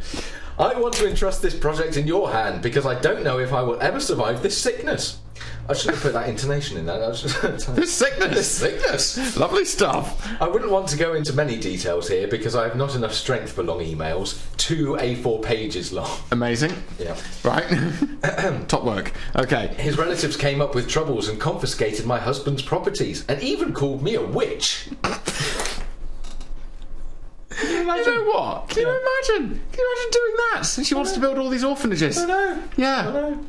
A: I want to entrust this project in your hand because I don't know if I will ever survive this sickness. I should have put that intonation in there. I should-
D: This sickness.
A: This sickness.
D: Lovely stuff.
A: I wouldn't want to go into many details here because I have not enough strength for long emails. Two A4 pages long.
D: Amazing.
A: Yeah.
D: Right. Top work. Okay.
A: His relatives came up with troubles and confiscated my husband's properties and even called me a witch.
D: Can you, know what? Can you imagine? Can you imagine doing that since she wants to build all these orphanages?
A: I know.
D: Yeah.
A: I know.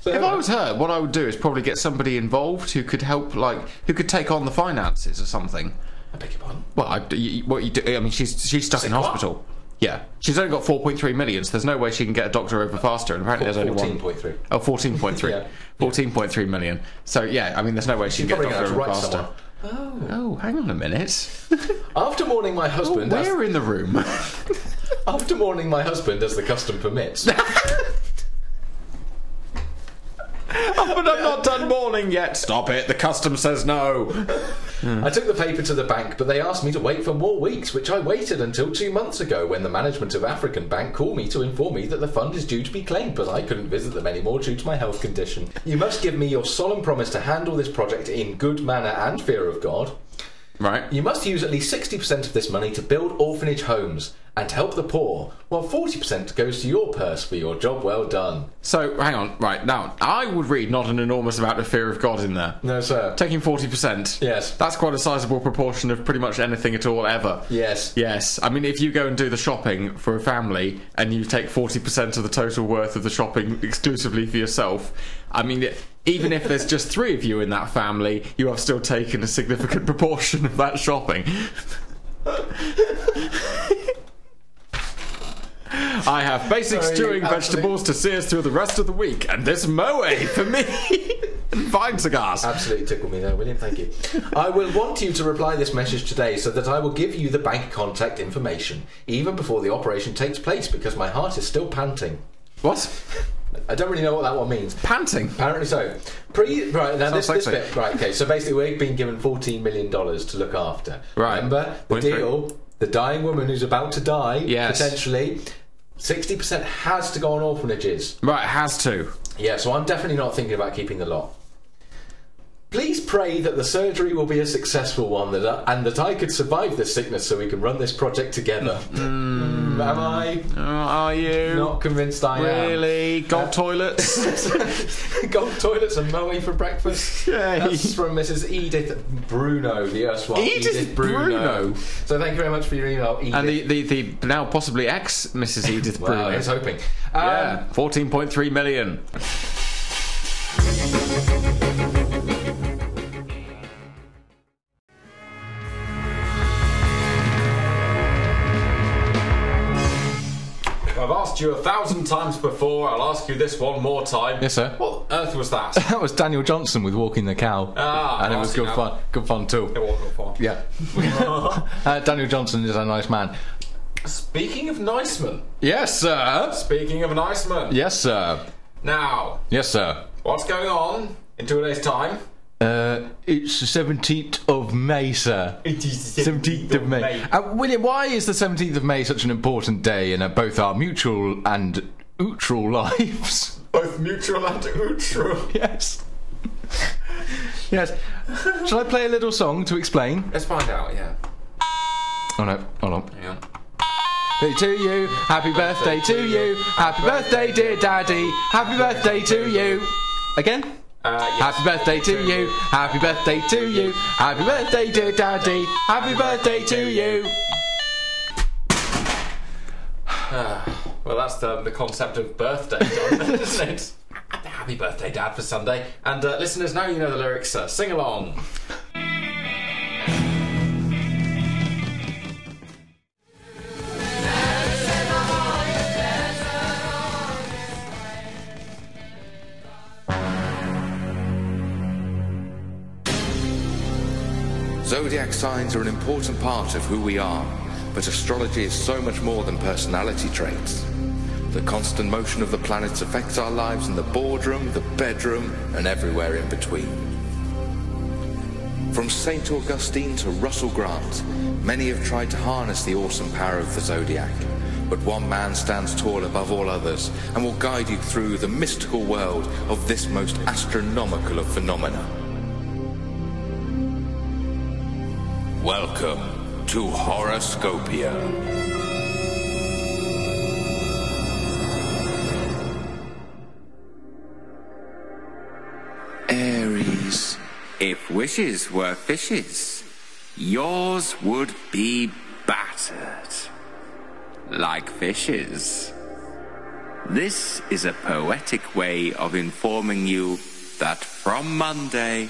A: So,
D: If I was her, what I would do is probably get somebody involved who could help, like who could take on the finances or something.
A: I beg your pardon.
D: Well, I, you- what you do? I mean, she's she's stuck in
A: what?
D: hospital. Yeah, she's only got four point three million, so there's no way she can get a doctor over faster. And apparently, there's only one.
A: 14.3.
D: Oh, 14.3.
A: Yeah.
D: 14.3 million. So, yeah, I mean, there's no way she can get a
A: probably
D: doctor over
A: gonna have to
D: faster.
A: write
D: Oh, hang on a minute.
A: After mourning my husband, as-
D: We're in the room.
A: after mourning my husband as the custom permits,
D: but I'm not done mourning yet. Stop it. The custom says no.
A: I took the paper to the bank, but they asked me to wait for more weeks, which I waited until two months ago when the management of African Bank called me to inform me that the fund is due to be claimed, but I couldn't visit them anymore due to my health condition. You must give me your solemn promise to handle this project in good manner and fear of God.
D: Right.
A: You must use at least 60% of this money to build orphanage homes and help the poor, while 40% goes to your purse for your job well done.
D: So hang on, right now I would read not an enormous amount of fear of God in there.
A: No, sir.
D: Taking forty percent.
A: Yes.
D: that's quite a sizable proportion of pretty much anything at all ever.
A: Yes.
D: Yes, I mean if you go and do the shopping for a family and you take forty percent of the total worth of the shopping exclusively for yourself, I mean. It, even if there's just three of you in that family, you have still taken a significant proportion of that shopping. I have basic
A: Sorry,
D: stewing
A: Anthony.
D: vegetables to see us through the rest of the week, and this moe for me. and fine cigars.
A: Absolutely tickle me there, William. Thank you. I will want you to reply this message today so that I will give you the bank contact information, even before the operation takes place, because my heart is still panting.
D: What?
A: I don't really know what that one means.
D: Panting.
A: Apparently so. Pre right now this,
D: Sounds
A: this
D: sexy.
A: bit right okay. So basically we've been given fourteen million dollars to look after.
D: Right.
A: Remember the
D: Went through.
A: deal: the dying woman who's about to die
D: Yes.
A: potentially. Sixty percent has to go on orphanages.
D: Right, has to.
A: Yeah, so I'm definitely not thinking about keeping the lot. Please pray that the surgery will be a successful one that I, and that I could survive this sickness so we can run this project together. Mm, am I
D: Uh, are you?
A: not convinced I am?
D: really? Gold toilets?
A: Gold toilets and moe for breakfast.
D: Yay.
A: That's from Mrs. Edith Bruno, the erstwhile
D: Edith Bruno.
A: So thank you very much for your email, Edith.
D: and the, the, the now possibly ex Mrs. Edith
A: Wow,
D: Bruno.
A: I was hoping. Um,
D: yeah, 14.3 million.
B: I've asked you a thousand times before, I'll ask you this one more time.
D: Yes, sir.
B: What on earth was that?
N: That was Daniel Johnson with Walking the Cow.
B: Ah,
N: and it was
B: I see
N: good
B: now.
N: fun. Good fun too.
B: It wasn't far.
N: Yeah. uh, Daniel Johnson is a nice man.
B: Speaking of nice men,
N: Yes, sir.
B: speaking of nice men,
N: Yes, sir.
B: now,
N: Yes, sir.
B: what's going on in two days' time?
N: Uh, it's the 17th of May, sir.
B: It is
N: 17th of May. Uh, William, why is the 17th of May such an important day in uh, both our mutual and utral lives?
B: Both mutual and neutral.
N: yes. yes. Shall I play a little song to explain?
B: Let's find out, yeah.
N: Oh no, hold on.
B: Hang on.
N: Happy to you, happy birthday to you, happy birthday dear daddy, happy birthday to you. Again?
B: Uh,
N: Happy birthday to you, happy birthday to you, happy birthday dear daddy, happy birthday to you.
B: Well, that's the, the concept of birthday, John, isn't it? Happy birthday, Dad, for Sunday. And uh, listeners, now you know the lyrics, uh, sing along.
C: Zodiac signs are an important part of who we are, but astrology is so much more than personality traits. The constant motion of the planets affects our lives in the boardroom, the bedroom, and everywhere in between. From St. Augustine to Russell Grant, many have tried to harness the awesome power of the zodiac, but one man stands tall above all others and will guide you through the mystical world of this most astronomical of phenomena. Welcome to Horoscopia.
G: Aries. If wishes were fishes, yours would be battered. Like fishes. This is a poetic way of informing you that from Monday,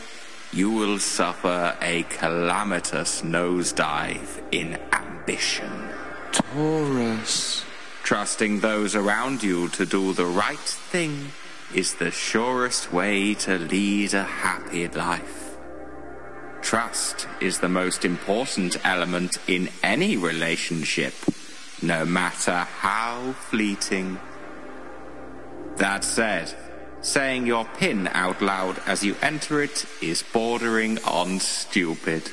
G: you will suffer a calamitous nosedive in ambition. Taurus. Trusting those around you to do the right thing is the surest way to lead a happy life. Trust is the most important element in any relationship, no matter how fleeting. That said, saying your pin out loud as you enter it is bordering on stupid.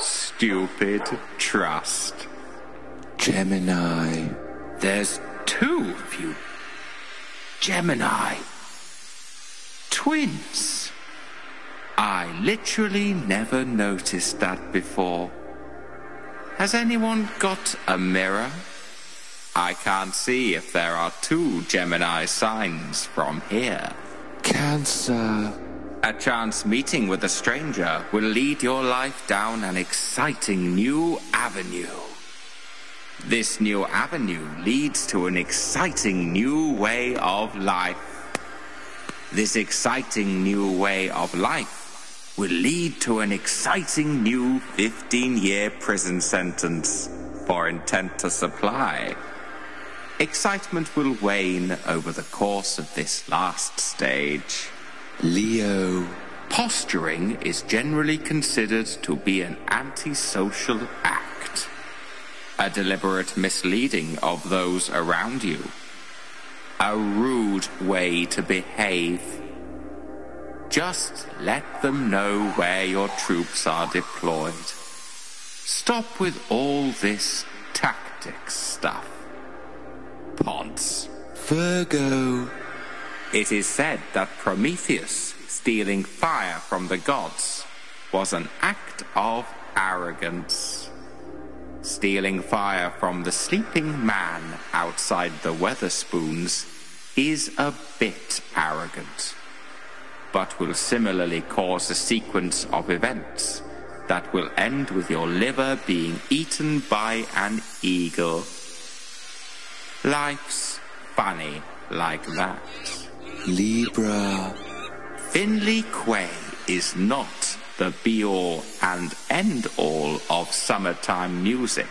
G: Stupid trust.
C: Gemini.
G: There's two of you. Gemini. Twins. I literally never noticed that before. Has anyone got a mirror? I can't see if there are two Gemini signs from here.
O: Cancer.
G: A chance meeting with a stranger will lead your life down an exciting new avenue. This new avenue leads to an exciting new way of life. This exciting new way of life will lead to an exciting new 15 year prison sentence for intent to supply. Excitement will wane over the course of this last stage. Leo. Posturing is generally considered to be an antisocial act, a deliberate misleading of those around you, a rude way to behave. Just let them know where your troops are deployed. Stop with all this tactics stuff. Ponce. Virgo. It is said that Prometheus stealing fire from the gods was an act of arrogance. Stealing fire from the sleeping man outside the Weatherspoons is a bit arrogant, but will similarly cause a sequence of events that will end with your liver being eaten by an eagle. Life's funny like that. Libra. Finley Quay is not the be all and end all of summertime music.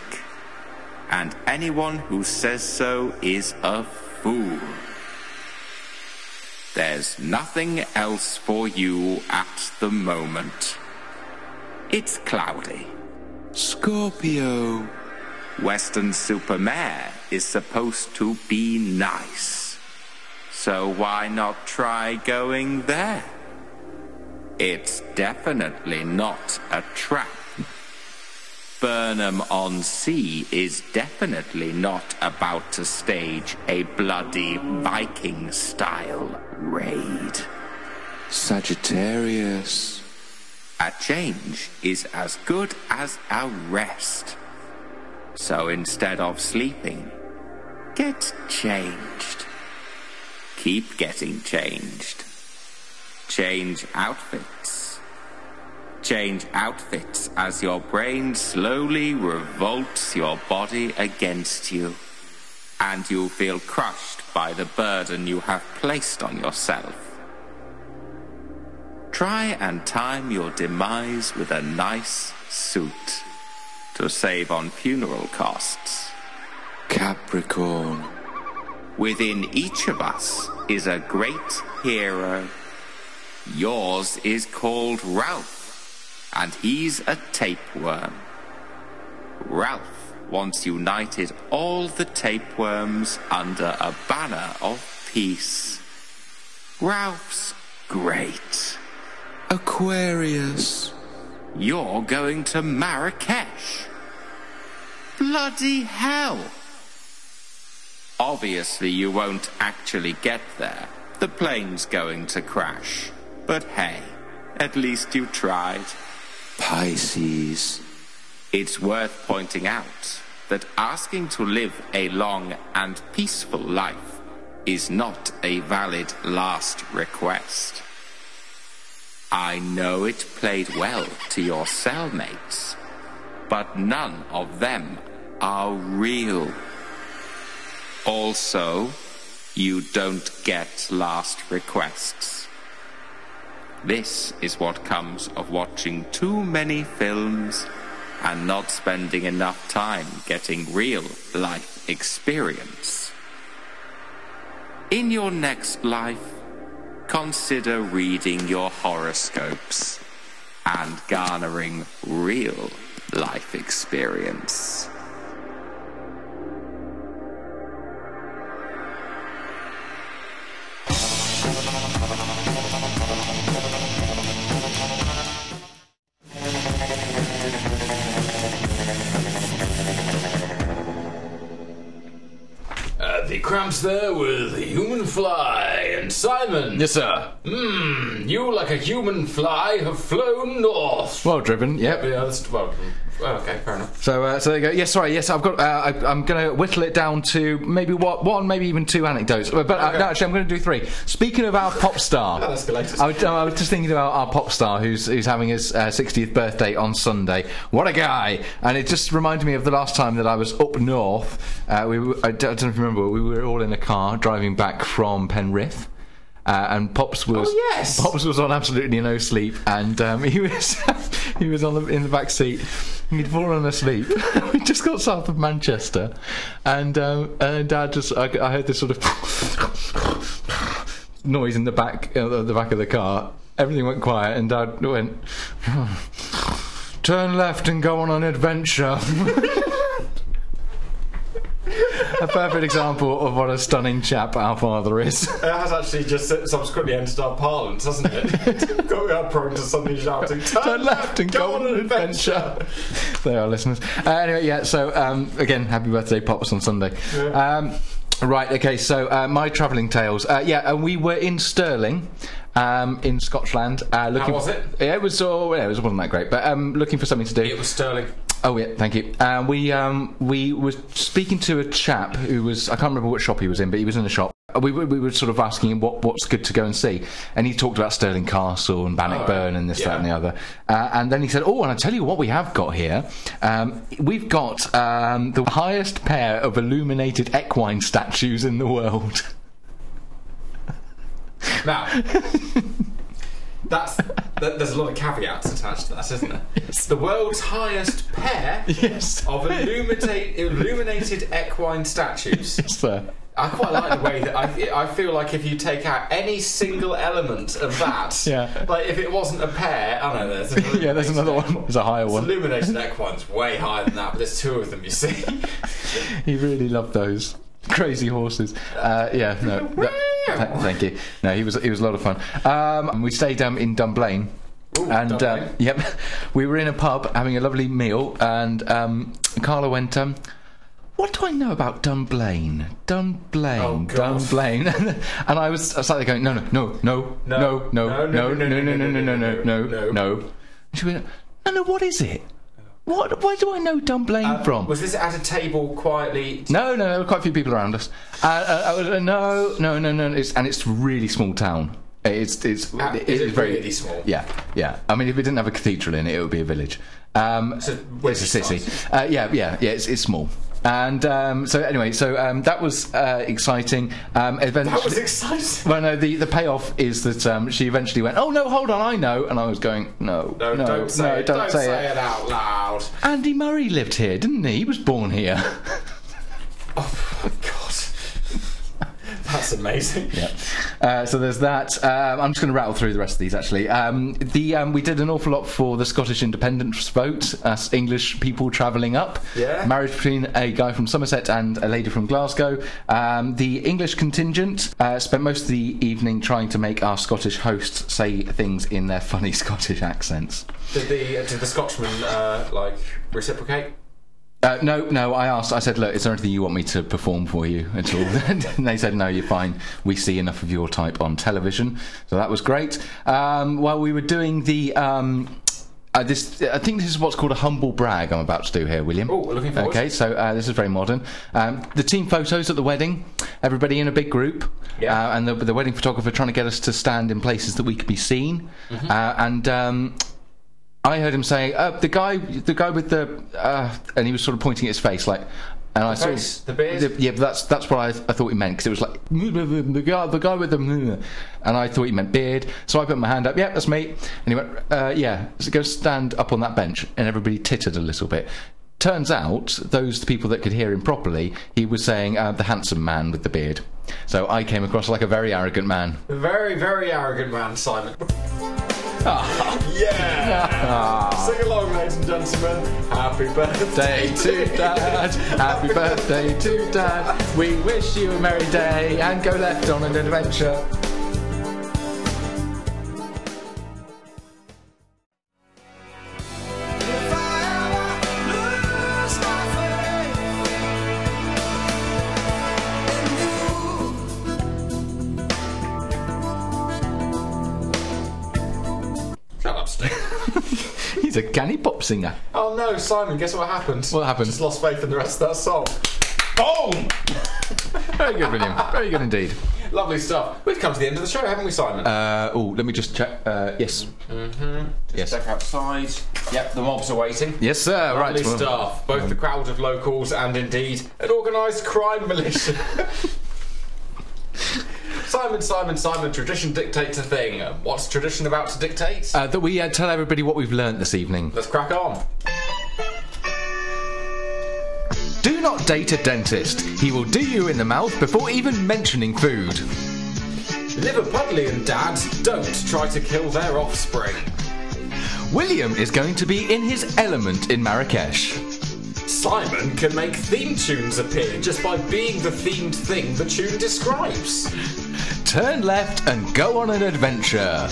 G: And anyone who says so is a fool. There's nothing else for you at the moment. It's cloudy. Scorpio. Western Supermare is supposed to be nice. So why not try going there? It's definitely not a trap. Burnham on Sea is definitely not about to stage a bloody Viking style raid.
O: Sagittarius.
G: A change is as good as a rest. So instead of sleeping, get changed. Keep getting changed. Change outfits. Change outfits as your brain slowly revolts your body against you, and you feel crushed by the burden you have placed on yourself. Try and time your demise with a nice suit to save on funeral costs.
O: Capricorn.
G: Within each of us is a great hero. Yours is called Ralph, and he's a tapeworm. Ralph once united all the tapeworms under a banner of peace. Ralph's great.
O: Aquarius.
G: You're going to Marrakesh. Bloody hell. Obviously, you won't actually get there. The plane's going to crash. But hey, at least you tried.
O: Pisces.
G: It's worth pointing out that asking to live a long and peaceful life is not a valid last request. I know it played well to your cellmates, but none of them are real. Also, you don't get last requests. This is what comes of watching too many films and not spending enough time getting real life experience. In your next life, consider reading your horoscopes and garnering real life experience.
B: Uh, the cramps there with the human fly and Simon.
D: Yes, sir.
B: Hmm, you like a human fly have flown north.
D: Well driven, yep.
B: Yeah, that's well, Well, okay, fair enough.
F: So, uh, so there you go. Yes, sorry. Yes, I've got. Uh, I, I'm going to whittle it down to maybe what one, maybe even two anecdotes. But uh, no, actually, I'm going to do three. Speaking of our pop star,
B: Oh, that's the latest.
F: I, was, I was just thinking about our pop star who's who's having his uh, 60th birthday on Sunday. What a guy! And it just reminded me of the last time that I was up north. Uh, we were, I don't I don't know if you remember, we were all in a car driving back from Penrith. Uh, and Pops was
B: yes.
F: Pops was on absolutely no sleep, and um, he was he was on the, in the back seat. and He'd fallen asleep. we just got south of Manchester, and um, and Dad just I, I heard this sort of noise in the back uh, the back of the car. Everything went quiet, and Dad went turn left and go on an adventure. a perfect example of what a stunning chap our father is.
B: It has actually just subsequently entered our parlance, hasn't it? Got- we are prone to suddenly shouting, turn, left and Uh, go, on an adventure.
F: There are listeners. Uh, anyway, yeah. So um, again, happy birthday, pops on Sunday. Um, right. Okay. So uh, my travelling tales. Uh, yeah, and we were in Stirling. Um, in Scotland, uh, looking
B: was it?
F: Yeah, it was. Oh, yeah, it was, wasn't that great, but um, looking for something to do.
B: It was Sterling.
F: Oh yeah, thank you. Uh, we um, we were speaking to a chap who was I can't remember what shop he was in, but he was in a shop. Uh, We were, we were sort of asking him what, what's good to go and see, and he talked about Stirling Castle and Bannockburn
B: Oh,
F: and this, that, and the other. Uh, and then he said, "Oh, and I tell you what, we have got here. Um, we've got um, the highest pair of illuminated equine statues in the world."
B: Now, that's th- there's a lot of caveats attached to that, isn't there? The world's highest pair of illuminate- illuminated equine statues.
F: Yes, sir.
B: I quite like the way that I, I feel like if you take out any single element of that,
F: Yeah.
B: like if it wasn't a pair, I know there's another
F: yeah, there's another one. There's a higher one.
B: illuminated equine's way higher than that, but there's two of them, you see.
F: he really loved those crazy horses. Uh, yeah, no. th- th- thank you. No, he was he was a lot of fun. Um, and we stayed um, in Dunblane. and Um, yep, we were in a pub having a lovely meal, and um, Carla went. Um, what do I know about Dunblane? Dunblane, Dunblane, and I was I was like going, no, no, no, no, no, no, no, no, no, no, no, no, no, no, no, no. And She went, no, no, what is it? What? Where do I know Dunblane from?
B: Was this at a table quietly?
F: No, no, there were quite a few people around us. Uh, uh, uh, no, no, no, no. It's, and it's really small town. It's it's
B: Ah,
F: it
B: is
F: is
B: it
F: very
B: really small?
F: Yeah, yeah. I mean, if it didn't have a cathedral in it, it would be a village. Um, it's a city. Uh, yeah, yeah, yeah. It's it's small. And um, so anyway, so um, that was uh, exciting. Um, eventually,
B: That was exciting.
F: Well, no, the, the payoff is that um, she eventually went, "Oh no, hold on, I know," and I was going, "No, no, no,
B: don't say it.
F: don't, say, it.
B: out loud.
F: Andy Murray lived here, didn't he? He was born here.
B: That's amazing.
F: yeah. Uh, so there's that. Um, I'm just going to rattle through the rest of these. Actually, um, the um, we did an awful lot for the Scottish independence vote. Us English people travelling up.
B: Yeah.
F: Marriage between a guy from Somerset and a lady from Glasgow. Um, the English contingent uh, spent most of the evening trying to make our Scottish hosts say things in their funny Scottish accents.
B: Did the did the Scotchman uh, like reciprocate?
F: Uh, no, no. I asked. I said, "Look, is there anything you want me to perform for you at all?" and they said, "No, you're fine. We see enough of your type on television." So that was great. Um, while we were doing the, um, uh, this, I think this is what's called a humble brag. I'm about to do here, William. Oh,
B: looking forward.
F: Okay, so uh, this is very modern. Um, the team photos at the wedding. Everybody in a big group. Yeah. Uh, and the, the wedding photographer trying to get us to stand in places that we could be seen.
B: Mm-hmm.
F: Uh, and. Um, I heard him say, uh, "The guy, the guy with the," uh, and he was sort of pointing at his face, like. And I saw
B: face, the beard?
F: yeah, but that's that's what I, I thought he meant because it was like the guy, the guy with the, and I thought he meant beard. So I put my hand up. Yeah, that's me. And he went, uh, "Yeah, so go stand up on that bench." And everybody tittered a little bit. Turns out, those people that could hear him properly, he was saying uh, the handsome man with the beard. So I came across like a very arrogant man.
B: Very very arrogant man, Simon. yeah.
F: Ah.
B: Sing along, ladies and gentlemen. Happy birthday
F: Day to Dad, happy birthday to Dad. We wish you a merry day and go left on an adventure.
B: Shut up, Steve.
F: He's a canny pop singer.
B: Oh Oh no, Simon, guess what happened?
A: What happened?
B: Just lost faith in the rest of that song. Boom!
A: Very good, William. Very good indeed.
B: Lovely stuff. We've come to the end of the show, haven't we, Simon?
A: Uh, oh, let me just check. Uh, yes.
B: Mm-hmm. Just
A: Yes.
B: check outside. Yep, the mobs are waiting.
A: Yes, sir.
B: Lovely
A: right. well, um,
B: staff, both the crowd of locals and indeed an organised crime militia. Simon, Simon, Simon, tradition dictates a thing. What's tradition about to dictate?
A: Uh, that we uh, tell everybody what we've learnt this evening.
B: Let's crack on.
A: Do not date a dentist. He will do you in the mouth before even mentioning food.
B: Liverpudlian dads don't try to kill their offspring.
A: William is going to be in his element in Marrakesh.
B: Simon can make theme tunes appear just by being the themed thing the tune describes.
A: Turn left and go on an adventure.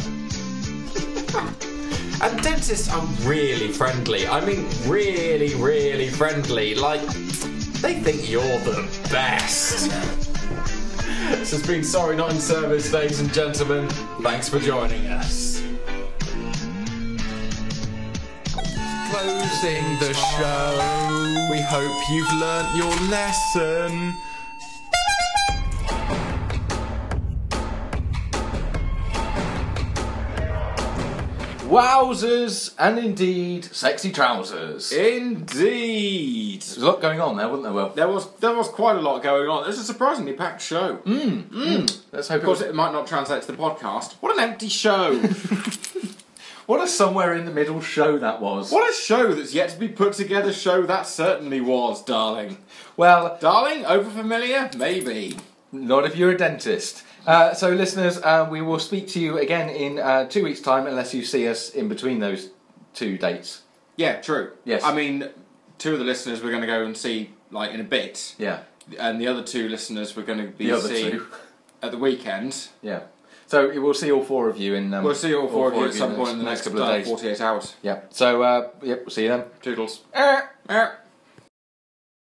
B: And dentists are really friendly. I mean, really, really friendly. Like, they think you're the best. this has been Sorry Not in Service, ladies and gentlemen. Thanks for joining us.
A: Closing the show.
B: We hope you've learnt your lesson.
A: Wowzers and indeed sexy trousers.
B: Indeed. There's
A: a lot going on there, wasn't there, Will?
B: There was there was quite a lot going on. It's a surprisingly packed show.
A: Mm. Mm. Let's hope
B: Of
A: it
B: course,
A: was.
B: it might not translate to the podcast. What an empty show!
A: What a somewhere in the middle show that was.
B: what a show that's yet to be put together. Show that certainly was, darling.
A: Well,
B: Darling, overfamiliar? Maybe.
A: not if you're a dentist. Uh, so, listeners, uh, we will speak to you again in uh, two weeks' time, unless you see us in between those two dates.
B: Yeah, true.
A: Yes.
B: I mean, two of the listeners we're going to go and see like in a bit,
A: Yeah,
B: and the other two listeners we're going to be
A: the other
B: seeing
A: two.
B: at the weekend.
A: Yeah. So we'll see all four of you in. Um,
B: We'll see all four of you at some point in the next,
A: couple of days.
B: forty-eight hours.
A: Yeah. So uh, yep, we'll see you then.
B: Toodles.
A: Eh,
B: eh.